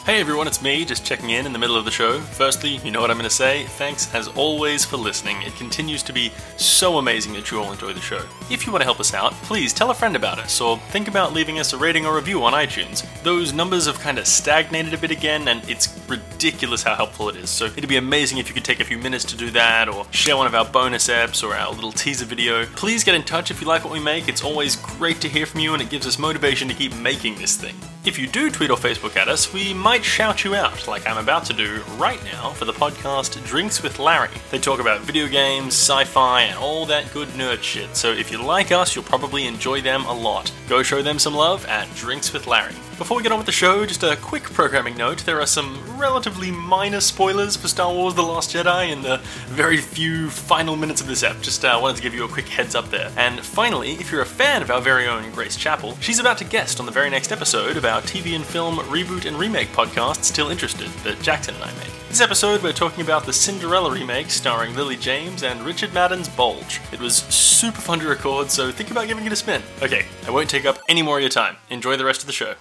Hey everyone, it's me, just checking in in the middle of the show. Firstly, you know what I'm going to say. Thanks as always for listening. It continues to be so amazing that you all enjoy the show. If you want to help us out, please tell a friend about us or think about leaving us a rating or review on iTunes. Those numbers have kind of stagnated a bit again, and it's ridiculous how helpful it is. So it'd be amazing if you could take a few minutes to do that or share one of our bonus apps or our little teaser video. Please get in touch if you like what we make. It's always great to hear from you, and it gives us motivation to keep making this thing. If you do tweet or Facebook at us, we might shout you out, like I'm about to do right now for the podcast Drinks with Larry. They talk about video games, sci fi, and all that good nerd shit, so if you like us, you'll probably enjoy them a lot. Go show them some love at Drinks with Larry. Before we get on with the show, just a quick programming note there are some relatively minor spoilers for Star Wars The Last Jedi in the very few final minutes of this app. Just uh, wanted to give you a quick heads up there. And finally, if you're a fan of our very own Grace Chapel, she's about to guest on the very next episode of our TV and film reboot and remake podcast, Still Interested, that Jackson and I make. This episode, we're talking about the Cinderella remake starring Lily James and Richard Madden's Bulge. It was super fun to record, so think about giving it a spin. Okay, I won't take up any more of your time. Enjoy the rest of the show.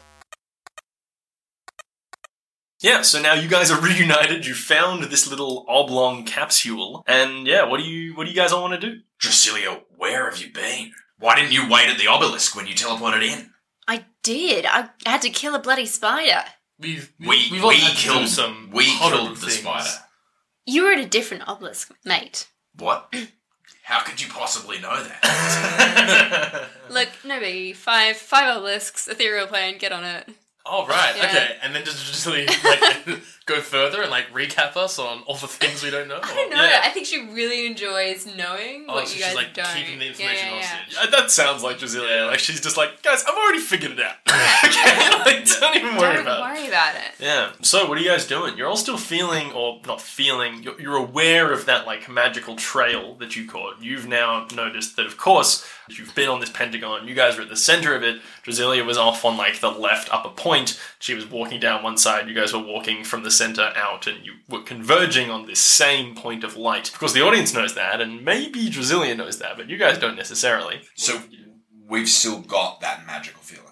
Yeah, so now you guys are reunited. You found this little oblong capsule, and yeah, what do you what do you guys all want to do?
Drasilia, where have you been? Why didn't you wait at the obelisk when you teleported in?
I did. I had to kill a bloody spider.
We've,
We
we've all
we
had to do
killed
some
we
horrible
killed the
things.
spider.
You were at a different obelisk, mate.
What? How could you possibly know that?
Look, no biggie. Five, five obelisks, ethereal plane. Get on it.
All Oh, right,
Yeah.
okay, and then just, just really, like, go further and like recap us on all the things we don't know.
I don't know. I think she really enjoys knowing
Oh,
what
so
you
she's,
guys
like,
don't.
keeping the
Yeah,
information
yeah, yeah.
hostage.
Uh, That sounds like Drasilia. Like she's just like, guys, I've already figured it out. okay, like, don't even worry
Don't
about it.
worry about it.
Yeah. So, what are you guys doing? You're all still feeling, or not feeling, you're, you're aware of that, like, magical trail that you caught. You've now noticed that, of course, you've been on this pentagon, you guys were at the center of it. Drasilia was off on, like, the left upper point. She was walking down one side, you guys were walking from the center out, and you were converging on this same point of light. Of course, the audience knows that, and maybe Drasilia knows that, but you guys don't necessarily.
So we've still got that magical feeling.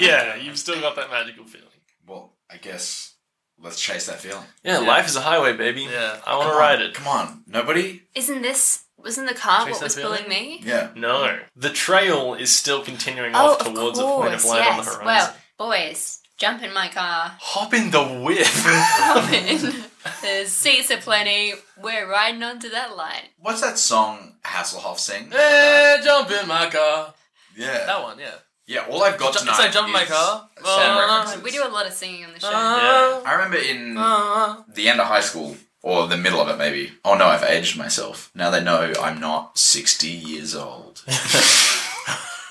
yeah, you've still got that magical feeling.
Well, I guess let's chase that feeling.
Yeah,
Yeah.
life is a highway, baby.
Yeah.
I want
Come
to
on,
ride it.
Come on, nobody.
Isn't this wasn't the car
Chase
what
that
was
feeling?
pulling me?
Yeah.
No. The trail is still continuing
Oh,
off
of
towards
course.
a point of light on the
Yes.
horizon.
Well, boys, jump in my car.
Hop in the whiff.
Hop in. There's seats aplenty. We're riding onto that light.
What's that song Hasselhoff sing?
Eh, jump in my car.
Yeah.
That one, yeah.
Yeah. All I've got
Ju-
to know
it's like jump in my
is
car.
sound
Uh,
references.
We do a lot of singing on the show.
Uh-huh.
Uh,
I remember in
uh,
the end of high school, or the middle of it, maybe. Oh no, I've aged myself. Now they know I'm not 60 years old.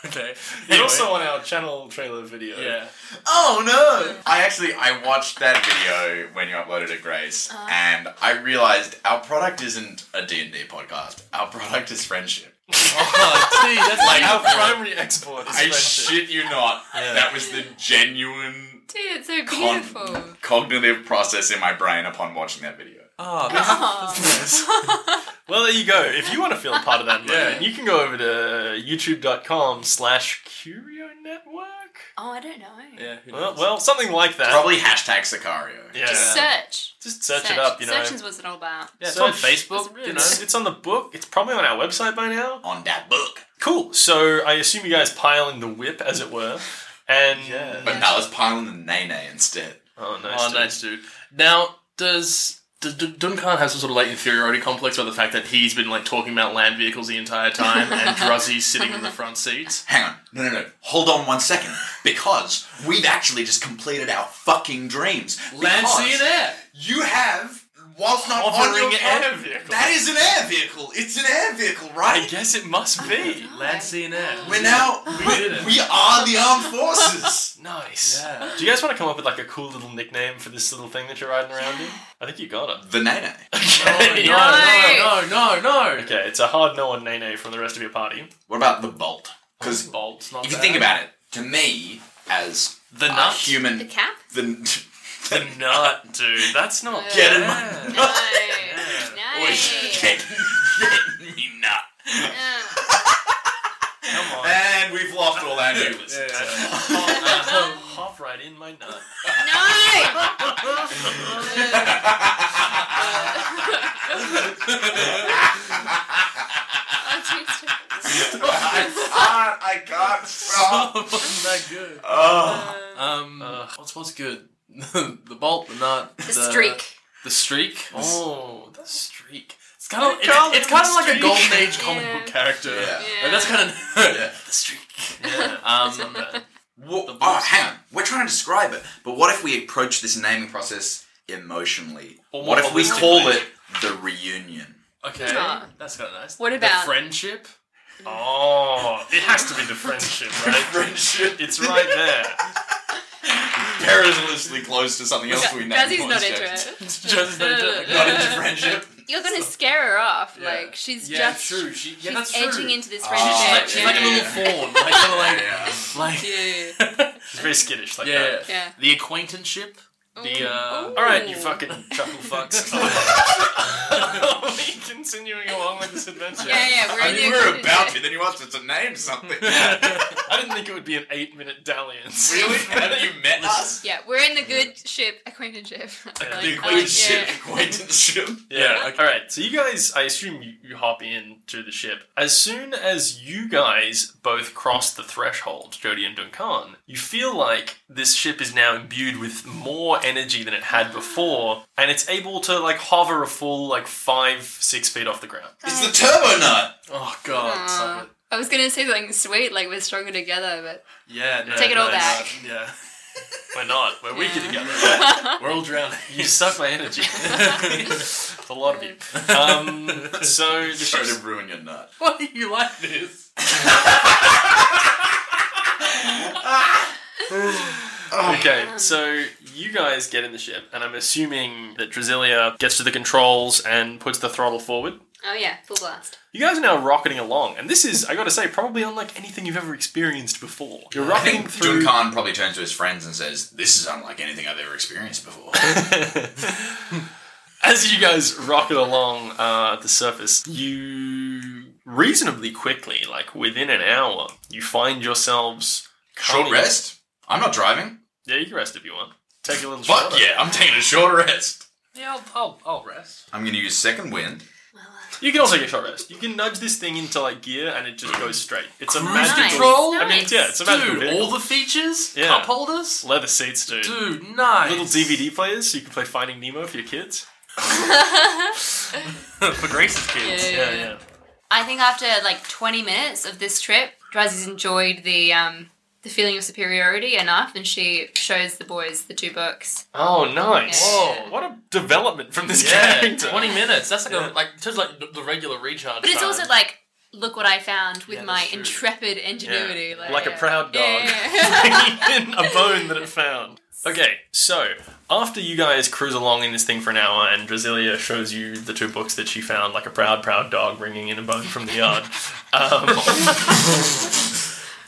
okay.
You're
Anyway,
also on our channel trailer video.
yeah.
oh no! I actually I watched that video when you uploaded it, Grace, and I realized our product isn't a D and D podcast. Our product is friendship.
Oh, gee, that's
Like,
like
Our primary export is
I
friendship.
shit you not. That was the genuine
Dude, it's so
con-
beautiful.
cognitive process in my brain upon watching that video.
Oh,
Aw.
Well, there you go. If you want to feel a part of that
Yeah.
moment, you can go over to youtube.com slash curio network.
oh, I don't know.
yeah. who
Well,
knows?
well, something like that.
Probably hashtag Sicario.
Yeah.
Just search.
Just search, it up, you know.
Search is what's it all about.
yeah, it's
search-
on Facebook, you know.
It's, it's on the book. It's probably on our website by now.
On that book.
Cool. So I assume you guys pile in the whip, as it were, and
Yeah.
But no, let's pile on the Nene instead.
oh, nice.
Oh,
dude.
nice, dude. Now, does D- D- Duncan has some sort of like inferiority complex by the fact that he's been like talking about land vehicles the entire time, and Druzzy's sitting in the front seat.
Hang on. No, no, no. Hold on one second. Because we've actually just completed our fucking dreams.
Land,
Because
sea, and air.
You have, whilst not on your
Hovering
pod-
air vehicle.
That is an air vehicle. It's an air vehicle,
I
right?
guess it must
Oh
be.
Land,
sea, and air.
We're now.
We did it.
We are the armed forces.
Nice.
Yeah.
Do you guys want to come up with like a cool little nickname for this little thing that you're riding around in? I think you got it.
the Nene.
Okay.
No, no, no, no, no.
Oh Okay, it's a hard no on Nene from the rest of your party.
What about the Bolt? Because
Bolt's not
if you
bad.
think about it, to me, as
the
a
nut,
the
human,
cap?
the
The nut, dude. That's not.
get in my
Yeah.
No.
Oi,
no.
get, get me nut.
Uh,
Come on.
And we've lost all our neighbors.
Hop, hop uh, right in my nut.
no!
I, I oh. can't stop.
that good.
Oh.
Um, what's what's good? the bolt, the nut,
The streak.
the streak.
Oh,
the streak. It's kind of
call
it's, it's
it
kind of
the
like a
streak.
golden age comic
Yeah.
book character.
Yeah.
Like, that's kind of
Yeah.
the streak. Um,
Wha-
The
oh,
voice.
hang on. We're trying to describe it, but what if we approach this naming process emotionally?
Or more
what if we
holistically.
call it the reunion?
okay,
Ah.
that's kind of nice.
What
The
about-
friendship?
Oh, it has to be the friendship, right?
Friendship.
It's right there.
Perilously close to something else we know.
Jazzy's not into it.
Just
no, no, no.
Not into friendship.
You're gonna scare her off.
Yeah.
Like she's
yeah,
just
true. She, yeah,
she's
that's
edging
true.
into this
Oh,
friendship.
She's like, she's like a
yeah.
little fawn, like kind of like
Yeah.
like
Yeah.
She's very skittish like
yeah.
that.
Yeah.
The acquaintanceship. The uh,
Ooh.
All right, you fucking chuckle fucks. Are we continuing along with this adventure?
Yeah, yeah, we're
I
in
mean,
the
we're about to. Then you asked us to name something.
I didn't think it would be an eight-minute dalliance.
really? Now that you met us?
Yeah, we're in the good ship acquaintanceship. Like,
The
I like-
acquaintanceship.
uh, yeah.
Acquaintanceship.
Yeah. All right. So you guys, I assume you, you hop in to the ship. As soon as you guys both cross the threshold, Jody and Duncan, you feel like this ship is now imbued with more energy than it had before, and it's able to like hover a full like five, six feet off the ground.
It's the turbo nut.
oh god,
Aw.
stop it.
Uh, I was gonna say something sweet, like we're stronger together, but
Yeah, no,
Take it all
no,
back.
no, Yeah,
We're not. We're weaker together.
we're all drowning.
You suck my energy. a lot of you. Um, so the
Sorry
ship's
to ruin your nut.
Why do you like this?
Okay, so you guys get in the ship, and I'm assuming that Drasilia gets to the controls and puts the throttle forward.
oh yeah, full blast.
You guys are now rocketing along, and this is, I gotta say, probably unlike anything you've ever experienced before. You're
I
rocketing
think
through.
Duncan probably turns to his friends and says, "This is unlike anything I've ever experienced before."
As you guys rocket along uh, the surface, you reasonably quickly, like within an hour, you find yourselves.
Short
currently-
rest. I'm not driving.
Yeah, you can rest if you want. Take a little
Fuck
shorter.
yeah, I'm taking a short rest.
Yeah, I'll, I'll, I'll rest.
I'm gonna use second wind.
You can also get short rest. You can nudge this thing into like gear, and it just goes straight. It's a magical.
control?
I mean,
Nice.
yeah, it's a magical
Dude,
vehicle.
all the features,
Yeah.
cup holders.
leather seats, dude.
Dude, nice.
Little DVD players, so you can play Finding Nemo for your kids. for Grace's kids.
Yeah,
Yeah,
yeah,
yeah.
I think after like 20 minutes of this trip, Drazzy's enjoyed the um, the feeling of superiority enough, and she shows the boys the two books.
Oh, nice.
Yeah.
Whoa, what a development from this
Yeah,
character.
twenty minutes. That's like
Yeah.
a like in terms of like the, the regular recharge.
But it's
time.
also like, look what I found with
Yeah,
my
that's true.
intrepid ingenuity.
Yeah. Like a
yeah.
proud dog.
Yeah.
Bringing in a bone that it found. Okay, so after you guys cruise along in this thing for an hour, and Drasilia shows you the two books that she found, like a proud, proud dog bringing in a bone from the yard. Um,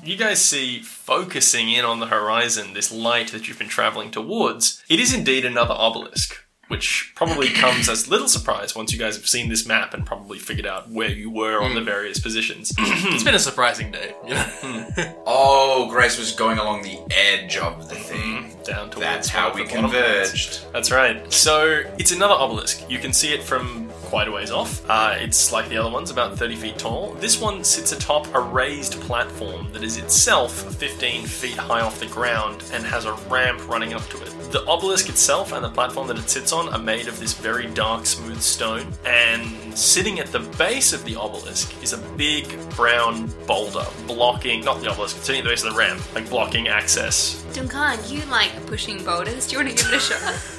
you guys see focusing in on the horizon this light that you've been traveling towards. It is indeed another obelisk, which probably comes as little surprise once you guys have seen this map and probably figured out where you were on the various positions.
it's been a surprising day. You
Hmm.
know?
Oh, Grace was going along the edge of the thing.
down towards
That's
one
how
of
we
the bottom ones.
converged.
That's right. So it's another obelisk. You can see it from quite a ways off. Uh, it's like the other ones, about 30 feet tall. This one sits atop a raised platform that is itself 15 feet high off the ground and has a ramp running up to it. The obelisk itself and the platform that it sits on are made of this very dark, smooth stone, and sitting at the base of the obelisk is a big brown boulder blocking, not the obelisk, sitting at the base of the ramp, like blocking access.
Duncan, you like pushing boulders. Do you want to give it a shot?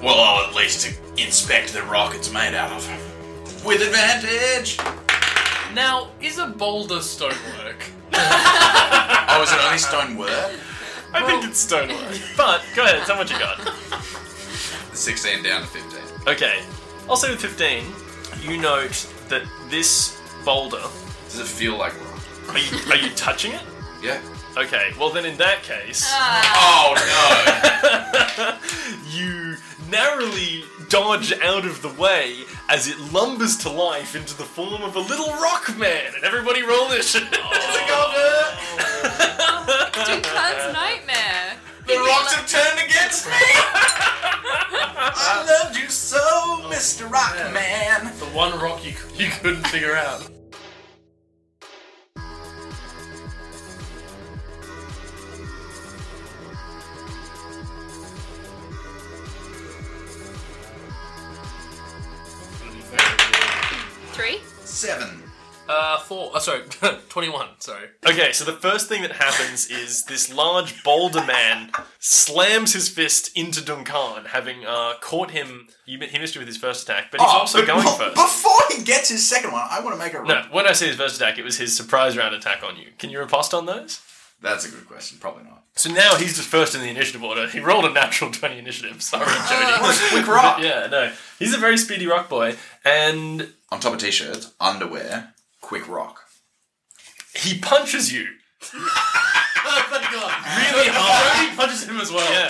Well, I'll at least inspect the rock it's made out of. With advantage!
Now, is a boulder stonework?
Oh, is it only stonework?
I think it's stonework. but go ahead, tell me what you got.
16 down to 15.
Okay. Also with 15, you note that this boulder.
Does it feel like rock?
Are you, are you touching it?
Yeah.
Okay, well then in that case,
Oh, no.
you narrowly dodge out of the way as it lumbers to life into the form of a little rock man. And everybody roll this.
uh,
Duncan's nightmare.
the rocks have turned against me. I loved you so, Mr. Rockman.
the one rock you, c- you couldn't figure out.
Three?
Seven.
Uh, four. Uh, sorry, 21. Sorry.
Okay, so the first thing that happens is this large boulder man slams his fist into Duncan, having uh, caught him. You, he missed you with his first attack, Ah, but he's also
but-
going
well,
first.
Oh, Before he gets his second one, I want to make a.
No, when I say his first attack, it was his surprise round attack on you. Can you riposte on those?
That's a good question. Probably not.
So now he's just first in the initiative order. He rolled a natural 20 initiative. Sorry,
Ah,
Jody.
Quick rock.
yeah, no. He's a very speedy rock boy, and
On top of t-shirts, underwear, quick rock.
he punches you.
Thank Oh, God.
Really hard.
He punches him as well.
Yeah.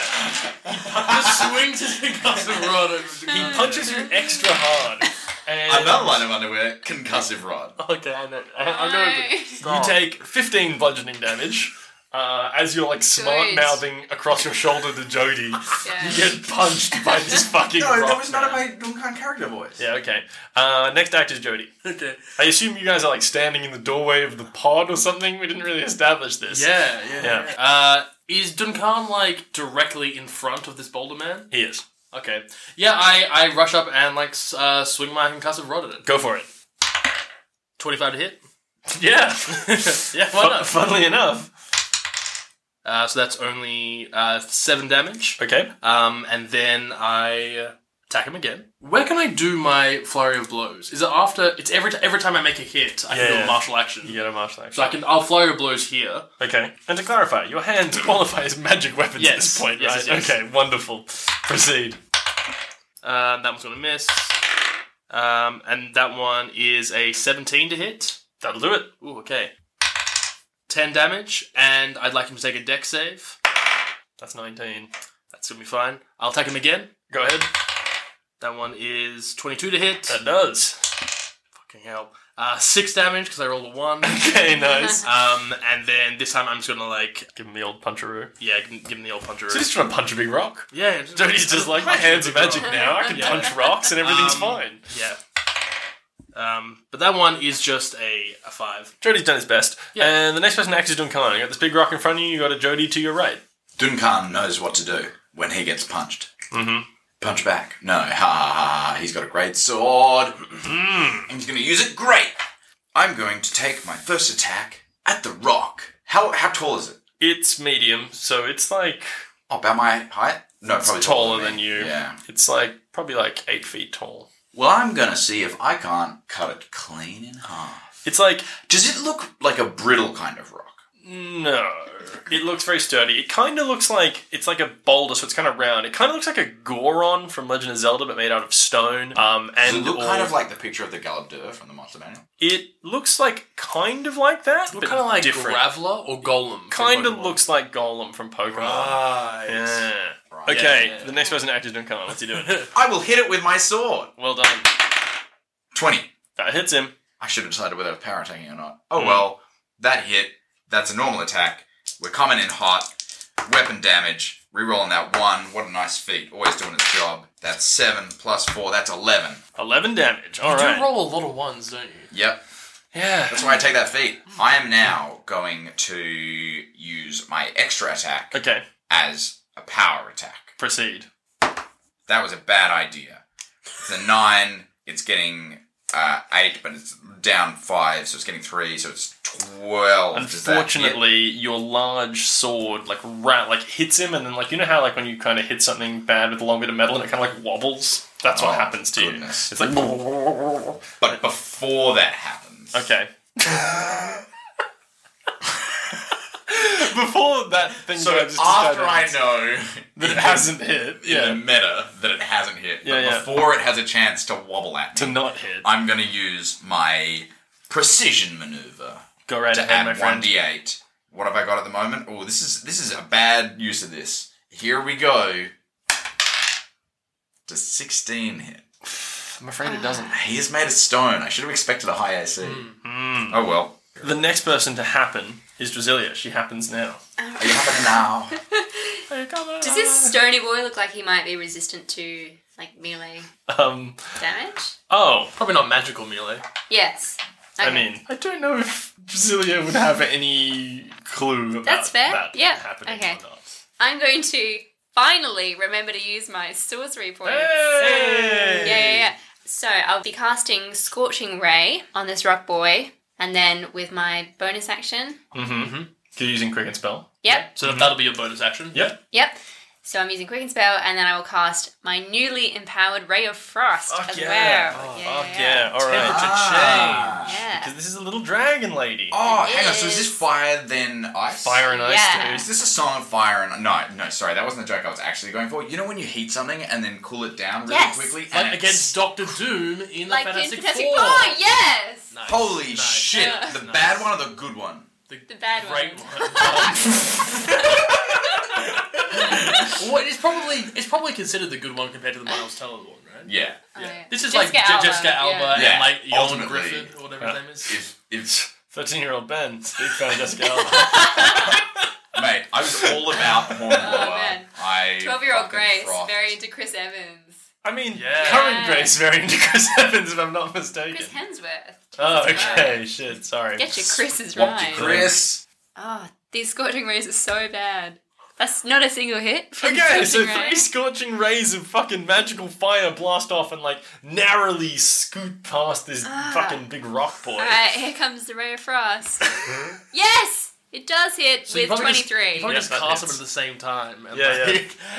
Just swings his concussive rod over
He punches you extra hard. And
Another line of underwear, concussive rod.
Okay, I know. I, I know. that-
No.
Oh,
You take 15 bludgeoning damage uh, as you're like smart mouthing across your shoulder to Jody.
Yeah.
You get punched by this fucking
No, that
rock
was not
man.
my Duncan character voice.
Yeah, okay. Uh, next act is Jody.
Okay.
I assume you guys are like standing in the doorway of the pod or something. We didn't really establish this.
Yeah, yeah.
Yeah.
Uh, is Duncan like directly in front of this boulder man?
He is.
Okay. Yeah, I, I rush up and like s- uh, swing my concussive rod at it.
Go for it.
25 to hit.
Yeah.
Yeah, why
Fun-
not?
funnily enough.
Uh, so that's only uh, 7 damage.
Okay.
Um, and then I attack him again. Where can I do my flurry of blows? Is it after? It's every t- every time I make a hit, I can do
Yeah.
a martial action.
You get a martial action.
So I can I'll flurry of blows here.
Okay. And to clarify, your hands qualify as magic weapons at this
Yes.
point,
Yes,
right?
yes, yes.
Okay, wonderful. Proceed.
Um, that one's gonna miss. Um, and that one is a 17 to hit.
That'll do it.
Ooh, okay. 10 damage, and I'd like him to take a deck save.
That's 19.
That's gonna be fine. I'll attack him again.
Go ahead.
That one is 22 to hit.
That does.
Fucking hell. Uh, 6 damage, because I rolled a 1.
Okay, nice.
Um, and then this time I'm just gonna like,
Give him the old puncheroo.
yeah, give him- give him the old puncher.
So he's trying to punch a big rock.
Yeah, just,
Jody's just like, my hands are magic now. I can
Yeah.
punch rocks and everything's
Um,
fine.
Yeah. Um, but that one is just a, a five.
Jody's done his best.
Yeah.
And the next person acts is Duncan. You got this big rock in front of you, you got a Jody to your right.
Duncan knows what to do when he gets punched. Mm-hmm. Punch back. No, ha ha ha. ha. He's got a great sword.
Mm.
And He's going to use it. Great. I'm going to take my first attack at the rock. How how tall is it?
It's medium, so it's like
Oh, about my height? No, probably
taller than
me.
you.
Yeah.
It's like probably like eight feet tall.
Well, I'm going to see if I can't cut it clean in half.
It's like
Does it look like a brittle kind of rock?
no. It looks very sturdy. It kind of looks like it's like a boulder, so it's kind of round. It kind of looks like a Goron from Legend of Zelda, but made out of stone. Um,
Does
and
it look
or-
kind of like the picture of the Galadur from the Monster Manual?
It looks like kind of like that, but
kind of like
different.
Graveler or Golem. from
kind of
Pokemon.
looks like Golem from Pokemon.
Right.
Yeah.
Right.
Okay,
Yeah, yeah.
the next person acted Duncan. What's he doing?
I will hit it with my sword.
well done.
20.
That hits him.
I should have decided whether I was power attacking or not.
Hmm.
Oh well, that hit. That's a normal attack. We're coming in hot. Weapon damage. Rerolling that one. What a nice feat. Always doing its job. That's seven plus four. That's eleven.
11 damage. All
You
right.
roll a lot of ones, don't you?
Yep.
Yeah.
That's why I take that feat. I am now going to use my extra attack
Okay,
as a power attack.
proceed.
That was a bad idea. It's a nine. It's getting uh, eight, but it's down five, so it's getting three, so it's twelve. Does that hit?
Unfortunately, your large sword like rat like hits him, and then like you know how like when you kind of hit something bad with a long bit of metal and it kind of like wobbles. That's what
Oh,
happens to
goodness.
you. It's like
But before that happens,
okay. Before that thing
So
that I
after
just described
I
happens,
know
that it hasn't hit,
in the
yeah,
meta that it hasn't hit,
Yeah,
but
yeah.
before it has a chance to wobble at
to
me,
not hit.
I'm going to use my precision maneuver
Go right
to
ahead, my
add one
friend.
d eight. What have I got at the moment? Oh, this is this is a bad use of this. Here we go. Does sixteen hit?
I'm afraid it doesn't.
He is made of stone. I should have expected a high AC. Oh well.
The next person to happen is Drasilia. She happens now.
Are you having now?
Does this stony boy look like he might be resistant to like melee
Um.
damage?
Oh,
Probably not magical melee.
Yes.
I
Okay.
mean, I don't know if Drasilia would have any clue about
That's fair.
that
Yeah.
happening
Okay.
or not.
I'm going to finally remember to use my sorcery points.
Hey!
Yeah, yeah, yeah. So I'll be casting Scorching Ray on this rock boy, and then with my bonus action.
Mm-hmm. You're using cricket spell.
Yep,
So that'll be your bonus action.
Yep.
yep. So I'm using Quicken Spell, and then I will cast my newly empowered Ray of Frost
Fuck
as
yeah.
well.
Fuck yeah. All right.
Ah.
To change.
Yeah.
Because this is a little dragon lady.
Oh,
It
hang on. So is
is.
this fire then ice?
Fire and ice,
Yeah.
Is this a song of fire and no, no, sorry, that wasn't the joke I was actually going for. You know when you heat something and then cool it down really
Yes.
quickly? And
Like
it's-
against Doctor Doom in
Like
the
in
Fantastic,
Fantastic
Four.
Four, yes!
Nice,
Holy
nice.
shit!
Yeah.
The bad one or the good one?
The bad
Great
one.
one. well, it's probably it's probably considered the good one compared to the Miles Teller one, right?
Yeah.
Oh, yeah.
This is like
Jessica
Je- Jessica
Alba,
Alba,
yeah.
and
Yeah,
like Ewan
ultimately.
Griffin or whatever his
Uh, Yeah.
name is.
If if
Thirteen-year-old Ben, big fan of Jessica Alba.
mate, I was all about Hornblower.
Oh, man.
I
12 year old
fucking
Grace,
frothed.
very into Chris Evans.
I mean,
Yeah.
current Grace very into Chris Evans, if I'm not mistaken.
Chris Hemsworth.
Oh,
Jesus
okay. Shit. Sorry.
Get your Chris's
Swamped
right.
it, Chris.
Oh, these scorching rays are so bad. That's not a single hit. from
Okay, so
Scorching Ray.
three scorching rays of fucking magical fire blast off and like narrowly scoot past this
Ah.
fucking big rock boy.
Alright, here comes the ray of frost. yes! It does hit
So you
with
probably just- You
23.
probably
Yeah,
just
that
cast them
hits.
at the same time, and
Yeah,
like,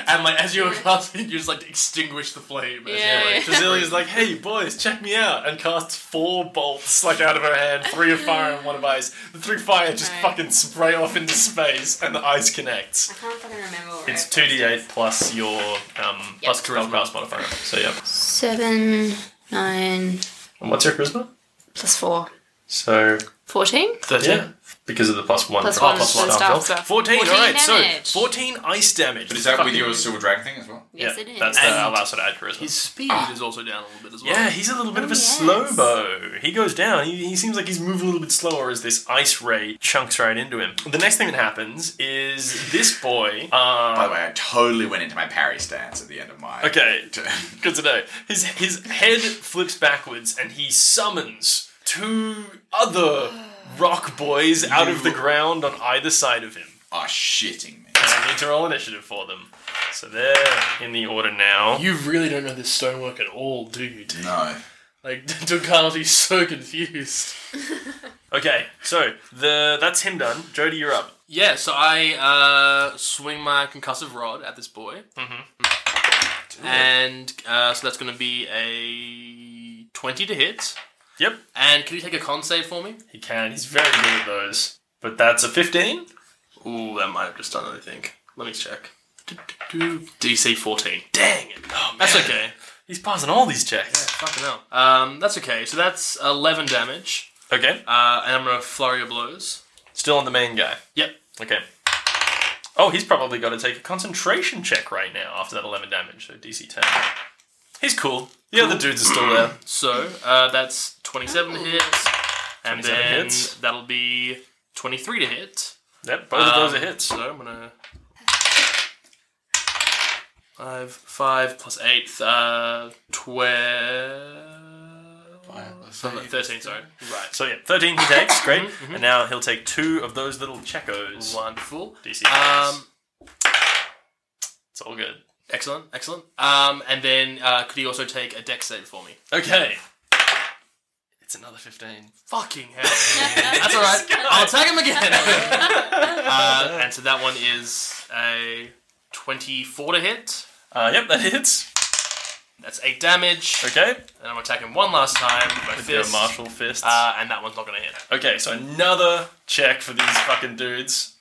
yeah.
and like as you were casting, you just like extinguish the flame. as
Yeah,
you, like,
yeah.
Drasilia's like, hey boys, check me out, and casts four bolts like out of her hand, three of fire and one of ice. The three fire just
Right.
fucking spray off into space, and the ice
I
connects.
can't fucking remember what
It's two d eight plus your um
Yep.
plus spellcast modifier. So yeah.
7, 9,
And what's your charisma?
plus 4.
So
14?
Thirteen.
yeah, because of the plus one.
Plus
oh,
one
plus
for
one.
staff
after all.
stuff.
Fourteen. all
14
right,
damage.
so fourteen ice damage.
But is that with
Fucking-
your silver dragon thing as well?
Yes,
yeah,
it is.
That's the,
And
allows her to add charisma.
His speed is also down a little bit as well.
Ah. Yeah, he's a little bit of a
Oh, yes.
slow bo. He goes down. He, he seems like he's moving a little bit slower as this ice ray chunks right into him. The next thing that happens is this boy.
By
Uh,
the way, I totally went into my parry stance at the end of my
okay, uh, good to know. His his head flips backwards and he summons two other rock boys out of the ground on either side of him.
oh shitting me.
And I need to roll initiative for them. So they're in the order now.
You really don't know this stonework at all, do you? Dude?
No.
Like Ducati's so confused.
Okay, so the that's him done. Jody, you're up.
Yeah, so I uh, swing my concussive rod at this boy,
Mm-hmm.
and uh, so that's going to be a twenty to hit.
Yep.
And can you take a con save for me?
He can. He's very good at those. But that's a 15.
Ooh, that might have just done it, I think. Let me check. DC 14. Dang it.
Oh,
That's okay.
He's passing all these checks.
Fucking hell. Um, that's okay. So that's 11 damage.
Okay.
Uh, and I'm going to flurry of blows.
Still on the main guy.
Yep.
Okay. Oh, he's probably got to take a concentration check right now after that 11 damage. So DC 10. He's cool. The other dudes are still there.
So uh, that's 27 hits.
27
And then
hits.
that'll be 23 to hit.
Um,
Um,
Yep, both of those are hits.
So I'm going to.
Five, five plus eight, uh, twelve. Thirteen, sorry. Right.
So yeah, thirteen he takes. Great. And now he'll take two of those little checos.
Wonderful.
DC.
Um,
it's all good.
excellent, excellent. Um, and then uh, could he also take a deck save for me?
Okay. It's another fifteen.
Fucking hell. That's alright. I'll attack him again. uh, and so that one is a 24 to hit.
Uh, yep, that hits.
That's 8 damage.
Okay.
And I'm attacking one last time with my
With
fist.
your martial fists.
Uh, and that one's not going to hit.
okay, so another check for these fucking dudes.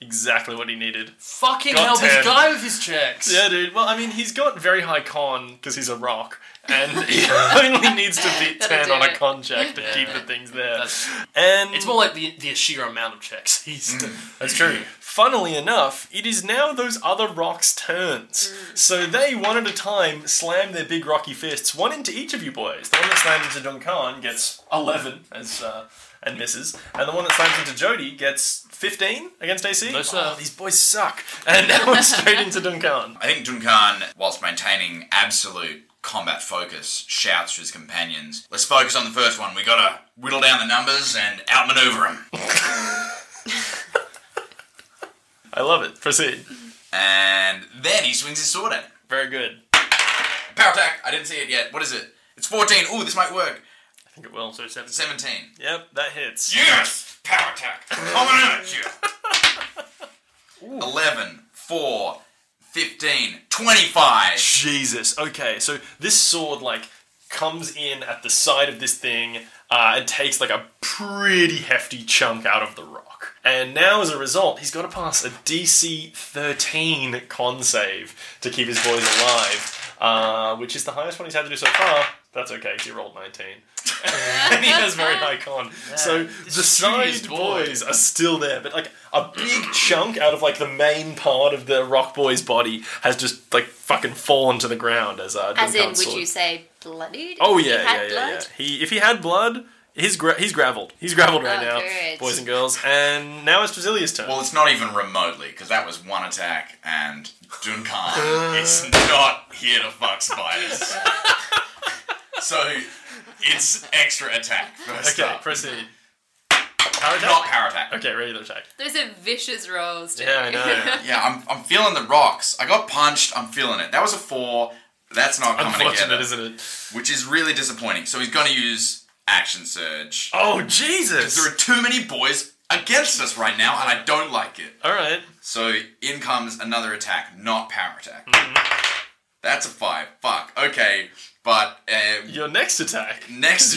Exactly what he needed.
Fucking
Got
hell,
ten.
this guy with his checks.
Yeah, dude. Well, I mean, he's got very high con because he's a rock, and he only needs to beat
That'll
ten
do
on a
it.
con check to
Yeah.
keep the things there.
That's-
and
It's more like the, the sheer amount of checks he's
Mm. That's true. Funnily enough, it is now those other rocks' turns.
Mm.
So they, one at a time, slam their big rocky fists, one into each of you boys. The one that slams into Duncan gets 11 as uh, and misses, and the one that slams into Jody gets 15 against AC.
No, sir.
Oh, these boys suck. And that one straight into Duncan.
I think Duncan, whilst maintaining absolute combat focus, shouts to his companions, Let's focus on the first one. We gotta whittle down the numbers and outmaneuver him.
I love it. Proceed.
And then he swings his sword at him.
Very good.
Power attack! I didn't see it yet. What is it? It's 14. Ooh, this might work.
I think it will.
So seven.
17.
Yep, that hits.
Yes! Power attack! Coming at you! 11, 4, 15, 25.
Jesus. Okay, so this sword like comes in at the side of this thing uh, and takes like a pretty hefty chunk out of the rock. And now, as a result, he's got to pass a DC 13 con save to keep his boys alive, uh, which is the highest one he's had to do so far. That's okay, 'cause he rolled 19. and he has very high con. So the side
shittiest boy.
boys are still there, but like a big chunk out of like the main part of the rock boy's body has just like fucking fallen to the ground as uh,
As in,
Duncan's
would
sword.
you say bloodied?
Oh
if you
yeah, yeah,
had
yeah,
blood?
yeah. He if he had blood, he's gra- he's graveled. He's graveled right
Oh,
now,
good.
boys and girls. And now it's Drasilia's turn.
Well, it's not even remotely, because that was one attack, and Duncan is not here to fuck spiders. so it's extra attack first
okay,
up.
proceed.
not power attack.
Okay, regular attack.
Those are vicious rolls, dude.
Yeah, I know.
Yeah, I'm, I'm feeling the rocks. I got punched. I'm feeling it. That was a four. That's not coming
Unfortunate,
together,
isn't it?
which is really disappointing. So he's going to use action surge.
Oh
There
Jesus!
are too many boys against us right now, and I don't like it.
All right,
So in comes another attack, not power attack.
Mm-hmm.
That's a five. Fuck. Okay, but uh,
your next attack.
next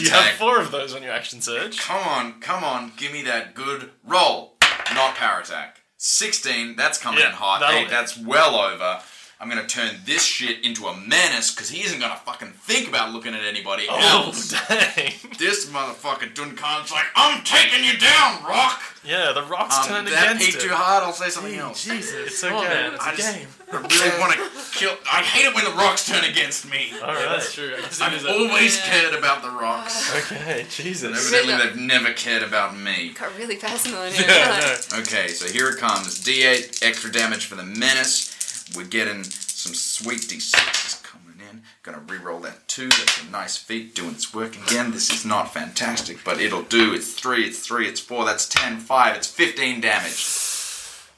You have
attack.
four of those on your action surge.
Come on, come on, give me that good roll. Not power attack. Sixteen. That's coming
Yeah,
in hot.
that'll
Hey,
do.
that's well over. I'm gonna turn this shit into a menace because he isn't gonna fucking think about looking at anybody
Oh
else.
dang!
This motherfucker Duncan's like, I'm taking you down, Rock.
Yeah, the rocks
Um,
turn
that
against
peaked
it.
too hard. I'll say something else.
It's okay. It's
I
a
just-
game.
I really want to kill. I hate it when the rocks turn against me.
All right.
That's true. I guess it is
I've
a-
always cared about the rocks.
Okay, Jesus.
Evidently, they've never cared about me.
Got really personal in
Yeah,
here.
no.
Okay, so here it comes. D8 extra damage for the menace. We're getting some sweet D6s coming in. Gonna re-roll that two. That's a nice feat doing its work again. This is not fantastic, but it'll do. It's three. It's three. It's four. That's ten. Five. It's fifteen damage.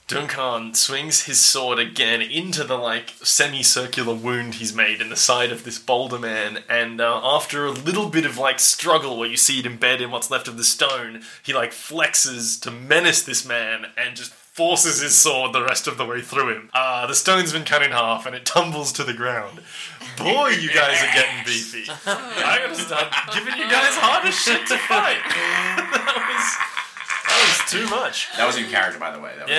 Duncan swings his sword again into the like semicircular wound he's made in the side of this boulder man, and uh, after a little bit of like struggle where you see it embed in what's left of the stone, he like flexes to menace this man and just forces his sword the rest of the way through him. Uh, the stone's been cut in half and it tumbles to the ground. Boy, you guys are getting beefy. I'm gonna start giving you guys harder shit to fight. that was that was too much.
That was in character, by the way. That was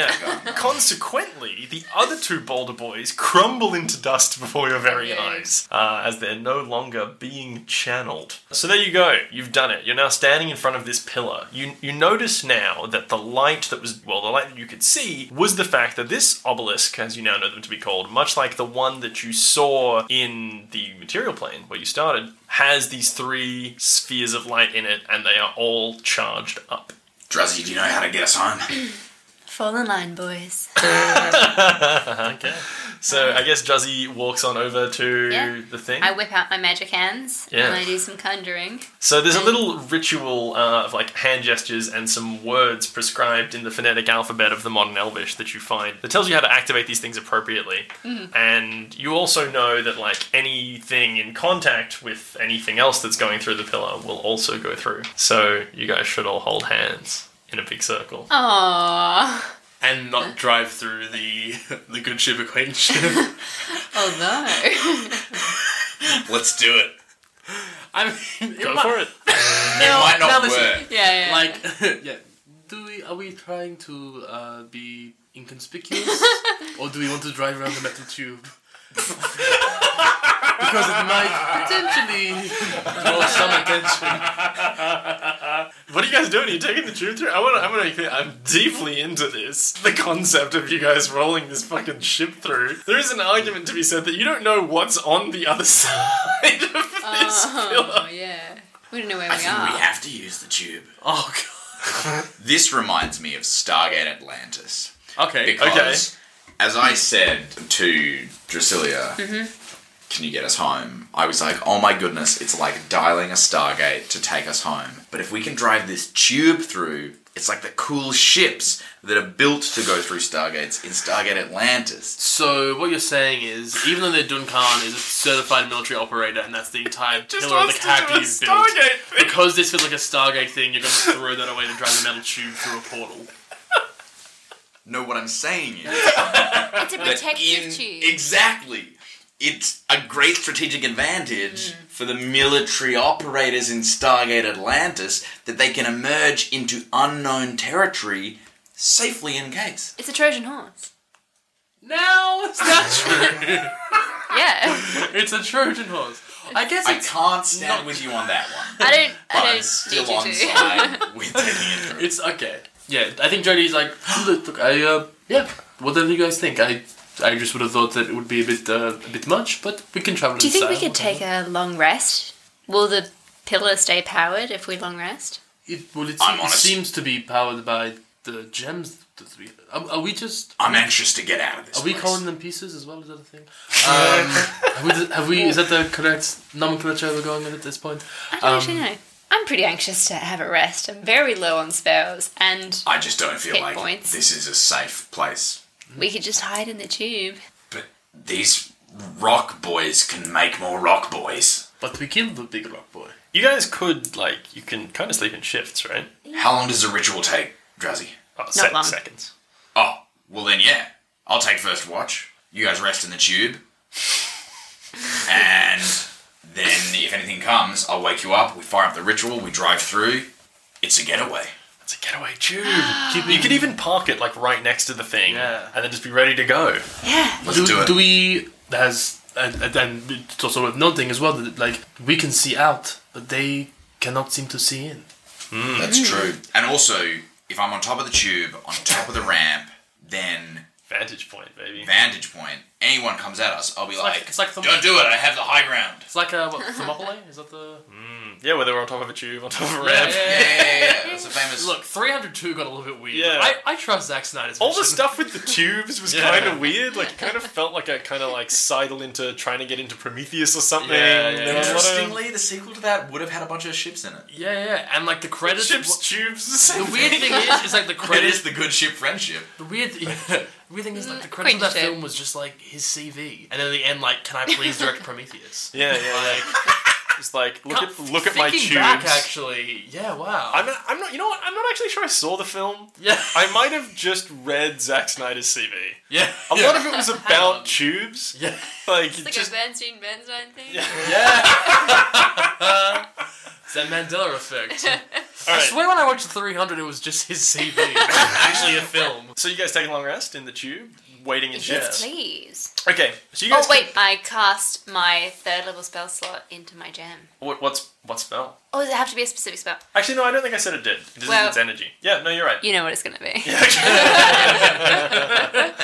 Yeah. Consequently, the other two boulder boys crumble into dust before your very eyes uh, as they're no longer being channeled. So there you go. You've done it. You're now standing in front of this pillar. You you notice now that the light that was well, the light that you could see was the fact that this obelisk, as you now know them to be called, much like the one that you saw in the material plane where you started, has these three spheres of light in it, and they are all charged up.
Druzzy, do you know how to get us home?
Fall in line, boys.
Okay. So I guess Juzzy walks on over to
Yeah.
the thing.
I whip out my magic hands
Yeah.
and I do some conjuring.
So there's a little ritual uh, of like hand gestures and some words prescribed in the phonetic alphabet of the modern Elvish that you find that tells you how to activate these things appropriately.
Mm-hmm.
And you also know that like anything in contact with anything else that's going through the pillar will also go through. So you guys should all hold hands in a big circle.
Aww.
and not drive through the the good ship acquaintanceship.
Oh
Let's do it.
I mean,
go for it.
it might
now
not
listen.
work.
no. yeah, yeah.
Like, yeah. Do we are we trying to uh, be inconspicuous, or do we want to drive around the metal tube? because it might potentially draw some attention.
What are you guys doing? Are you taking the tube through? I want to. I want to make clear. I'm deeply into this. The concept of you guys rolling this fucking ship through. There is an argument to be said that you don't know what's on the other side of this
oh,
pillar.
yeah. We don't know where
I
we
think
are.
we have to use the tube.
Oh god.
This reminds me of Stargate Atlantis.
Okay.
Because, as I said to Drasilia, can you get us home? I was like, oh my goodness, it's like dialing a Stargate to take us home. But if we can drive this tube through, it's like the cool ships that are built to go through Stargates in Stargate Atlantis.
So what you're saying is, even though the Duncan is a certified military operator, and that's the entire
Just
pillar of the
wants to do a
cap you've built,
Stargate thing.
because this feels like a Stargate thing, you're going to throw that away to drive the metal tube through a portal.
No, what I'm saying is
It's a
that
protective
in
tube.
exactly, it's a great strategic advantage
Hmm.
for the military operators in Stargate Atlantis that they can emerge into unknown territory safely in case.
it's a Trojan horse.
No, it's not true.
Yeah.
it's a Trojan horse. I guess
I
it's
can't stand with you on that one.
I don't.
But
I
I'm
don't.
still
need
on
you to.
side with taking it through.
It's okay. Yeah, I think Jody's like, look, look, I, uh, yeah, whatever you guys think. I, I just would have thought that it would be a bit, uh, a bit much, but we can travel.
Do you
in
think we
style.
could take a long rest? Will the pillar stay powered if we long rest?
It, well, it,
I'm
it
honest.
seems to be powered by the gems. That we, are, are we just?
I'm anxious to get out of this.
Are we
place.
calling them pieces as well? Is that a thing? Um, have, we, have we? Is that the correct nomenclature we're going with at this point?
I don't actually know. I'm pretty anxious to have a rest. I'm very low on spells, and
I just don't feel
Hit
like
points.
this is a safe place.
we could just hide in the tube.
But these rock boys can make more rock boys.
But we killed the big rock boy.
You guys could like you can kind of sleep in shifts, right?
How long does the ritual take, Drazi?
Oh, se-
long.
seconds.
Oh, well then, yeah. I'll take first watch. You guys rest in the tube. And then, if anything comes, I'll wake you up. We fire up the ritual, we drive through. It's a getaway.
It's a getaway tube. you could even park it like right next to the thing,
Yeah.
and then just be ready to go.
Yeah.
Let's
do,
do it.
do we has and, and then it's also worth noting as well that like we can see out but they cannot seem to see in
That's true. And also, if I'm on top of the tube, on top of the ramp, then
Vantage point, baby.
vantage point, anyone comes at us, I'll be like,
like- it's like some-
don't do it, I have the high ground.
it's like a what, thermopylae is that the
Yeah, whether we're on top of a tube, on top of a ramp.
Yeah, yeah, yeah, yeah. That's a famous.
look 302 got a little bit weird
Yeah.
I, I trust Zack Snyder's
All the
vision.
stuff with the tubes was
Yeah.
kind of weird. Like, it kind of felt like I kind of like sidled into trying to get into Prometheus or something.
Yeah, yeah,
There was a lot of
Interestingly, the sequel to that would have had a bunch of ships in it.
yeah yeah and like the credits
Ships, tubes.
the weird thing is is like the
It
credits
is the good ship friendship.
the weird th- the weird thing is like the credits of that
Queenship.
film was just like his CV and then at the end like can I please direct Prometheus
Yeah, yeah. It's like look at look at my tubes.
Thinking back actually yeah wow
I'm not, I'm not. You know what? I'm not actually sure I saw the film.
yeah
I might have just read Zack Snyder's CV.
yeah
A lot of it was about tubes.
yeah
Like
It's like
just
a Bernstein Bernstein thing.
Yeah. it's that Mandela effect.
all
I
right.
swear when I watched 300, it was just his CV. actually, a film.
So you guys take a long rest in the tube, waiting in
Yes,
shifts.
please.
Okay. So you
Oh
guys.
wait, I cast my third level spell slot into my gem.
What, what's what spell?
Oh, does it have to be a specific spell?
Actually, no. I don't think I said it did. It just
Well-
it's energy. Yeah. No, you're right.
You know what it's gonna be.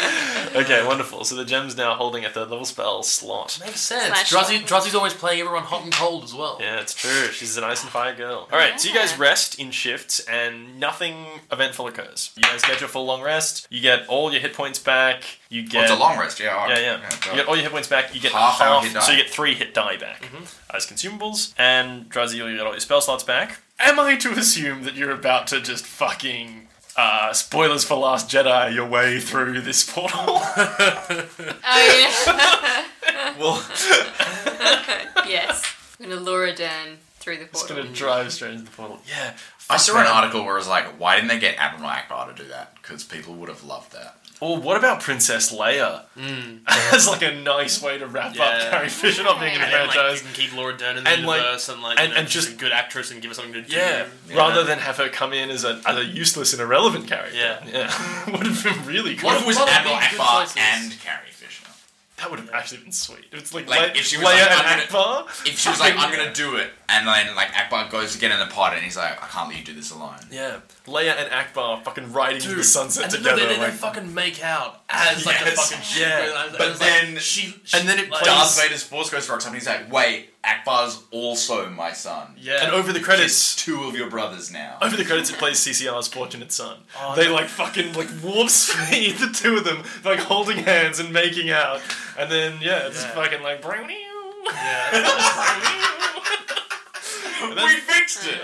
Okay, wonderful. So the gem's now holding a third level spell slot.
Makes sense.
Slash-
Drazi, Drazi's always playing everyone hot and cold as well.
Yeah, it's true. She's an ice and fire girl. All right, so you guys
Yeah.
rest in shifts, and nothing eventful occurs. You guys get your full long rest. You get all your hit points back. You
Oh,
get
it's a long rest, yeah. all
Yeah, yeah.
right. go.
You get all your hit points back. You get half,
Half our hit die.
so you get three hit die back as consumables, and Drazi, you get all your spell slots back. Am I to assume that you're about to just fucking uh, spoilers for Last Jedi your way through this portal?
Oh,
well,
yeah. yes. I'm gonna lure her down through the
it's
portal.
gonna drive straight into the portal. Yeah,
I saw an article where it was like, why didn't they get Admiral Akbar to do that? Because people would have loved that.
Or what about Princess Leia? As like a nice way to wrap
Yeah.
up Carrie Fisher not being in the
And
And like, you
franchise.
can keep Laura Dern in the
And, like-
universe and like,
and-
you know,
and
she's
just-
a good actress and give her something to do.
yeah. rather than have her come in as a, as a useless and irrelevant character.
Yeah.
yeah. would have been really cool.
What if it was
lot of
Admiral
really good
Akbar
choices.
and Carrie Fisher?
that would have actually been sweet. If It's like, Le-
Like, if she was
Leia
like,
and
I'm
Akbar.
If she was like, I'm gonna do it, and then like Akbar goes to get in the pod, and he's like, I can't let you do this alone.
Yeah, Leia and Akbar fucking riding into the sunset
and then
together.
They, they,
like,
they fucking make out as like a
Yes.
fucking
Yeah.
And
But
it's
then-
like, she,
And then it
like,
Darth Vader's force goes for and He's like, wait, Akbar's also my son.
Yeah.
and over the
It's
credits,
two of your brothers now.
over the credits, it plays CCR's Fortunate Son.
Oh,
they
no.
like fucking like warp speed, the two of them, like holding hands and making out, and then yeah, it's
Yeah.
fucking like.
yeah.
we fixed it.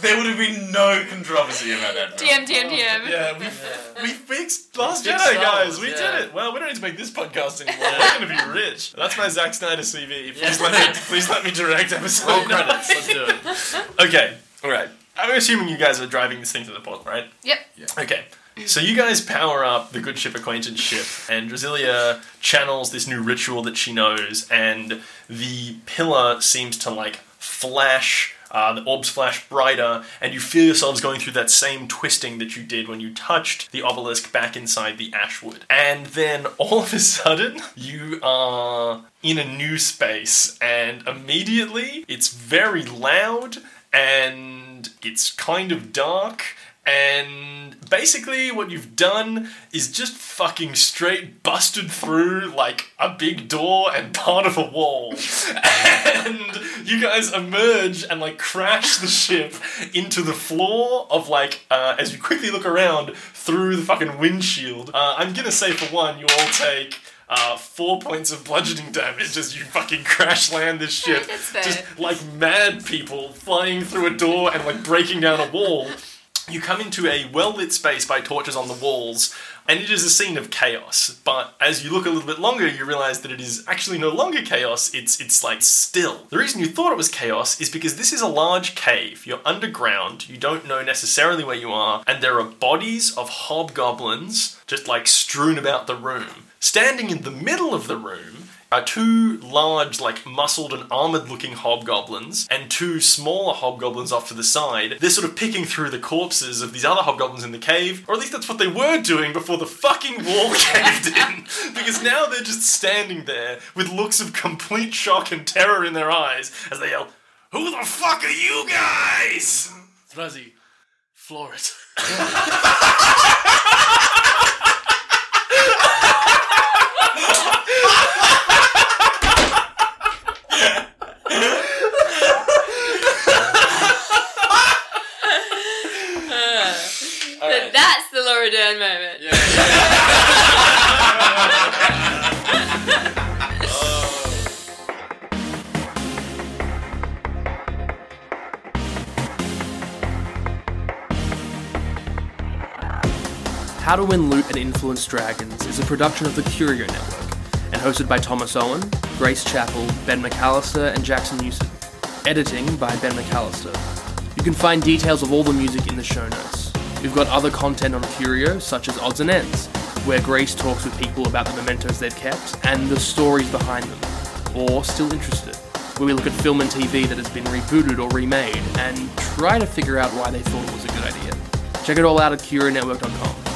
there would have been no controversy about that. bro.
DM, DM, DM.
Oh, Yeah, we, we fixed Last
We fixed
Jedi,
Star
guys.
Wars,
We
yeah.
did it. Well, we don't need to make this podcast anymore. We're going to be rich. That's my Zack Snyder CV. Please, let, me, please let me direct episode
Roll
nine.
credits. Let's do it.
Okay, all right. I'm assuming you guys are driving this thing to the port, right?
Yep.
Okay. So you guys power up the good ship acquaintance ship, and Drasilia channels this new ritual that she knows, and the pillar seems to like flash. Uh, the orbs flash brighter, and you feel yourselves going through that same twisting that you did when you touched the obelisk back inside the ashwood. And then all of a sudden, you are in a new space, and immediately it's very loud, and it's kind of dark, and basically, what you've done is just fucking straight busted through like a big door and part of a wall. and you guys emerge and like crash the ship into the floor of like, uh, as you quickly look around through the fucking windshield. Uh, I'm gonna say for one, you all take. Uh, four points of bludgeoning damage as you fucking crash land this ship.
That's fair.
Just like mad people flying through a door and like breaking down a wall. You come into a well lit space by torches on the walls, and it is a scene of chaos. But as you look a little bit longer, you realize that it is actually no longer chaos, it's, it's like still. The reason you thought it was chaos is because this is a large cave. You're underground, you don't know necessarily where you are, and there are bodies of hobgoblins just like strewn about the room. Standing in the middle of the room are two large, like muscled and armored looking hobgoblins, and two smaller hobgoblins off to the side. They're sort of picking through the corpses of these other hobgoblins in the cave, or at least that's what they were doing before the fucking wall caved in. Because now they're just standing there with looks of complete shock and terror in their eyes as they yell, Who the fuck are you guys?
Drazi, floor it.
But That's the Laura Dern moment.
How to Win Loot and Influence Dragons is a production of the Curio Network and hosted by Thomas Owen, Grace Chappell, Ben McAllister, and Jackson Newson. Editing by Ben McAllister. You can find details of all the music in the show notes. We've got other content on Curio, such as Odds and Ends, where Grace talks with people about the mementos they've kept and the stories behind them, or still interested, where we look at film and TV that has been rebooted or remade and try to figure out why they thought it was a good idea. Check it all out at CurioNetwork.com.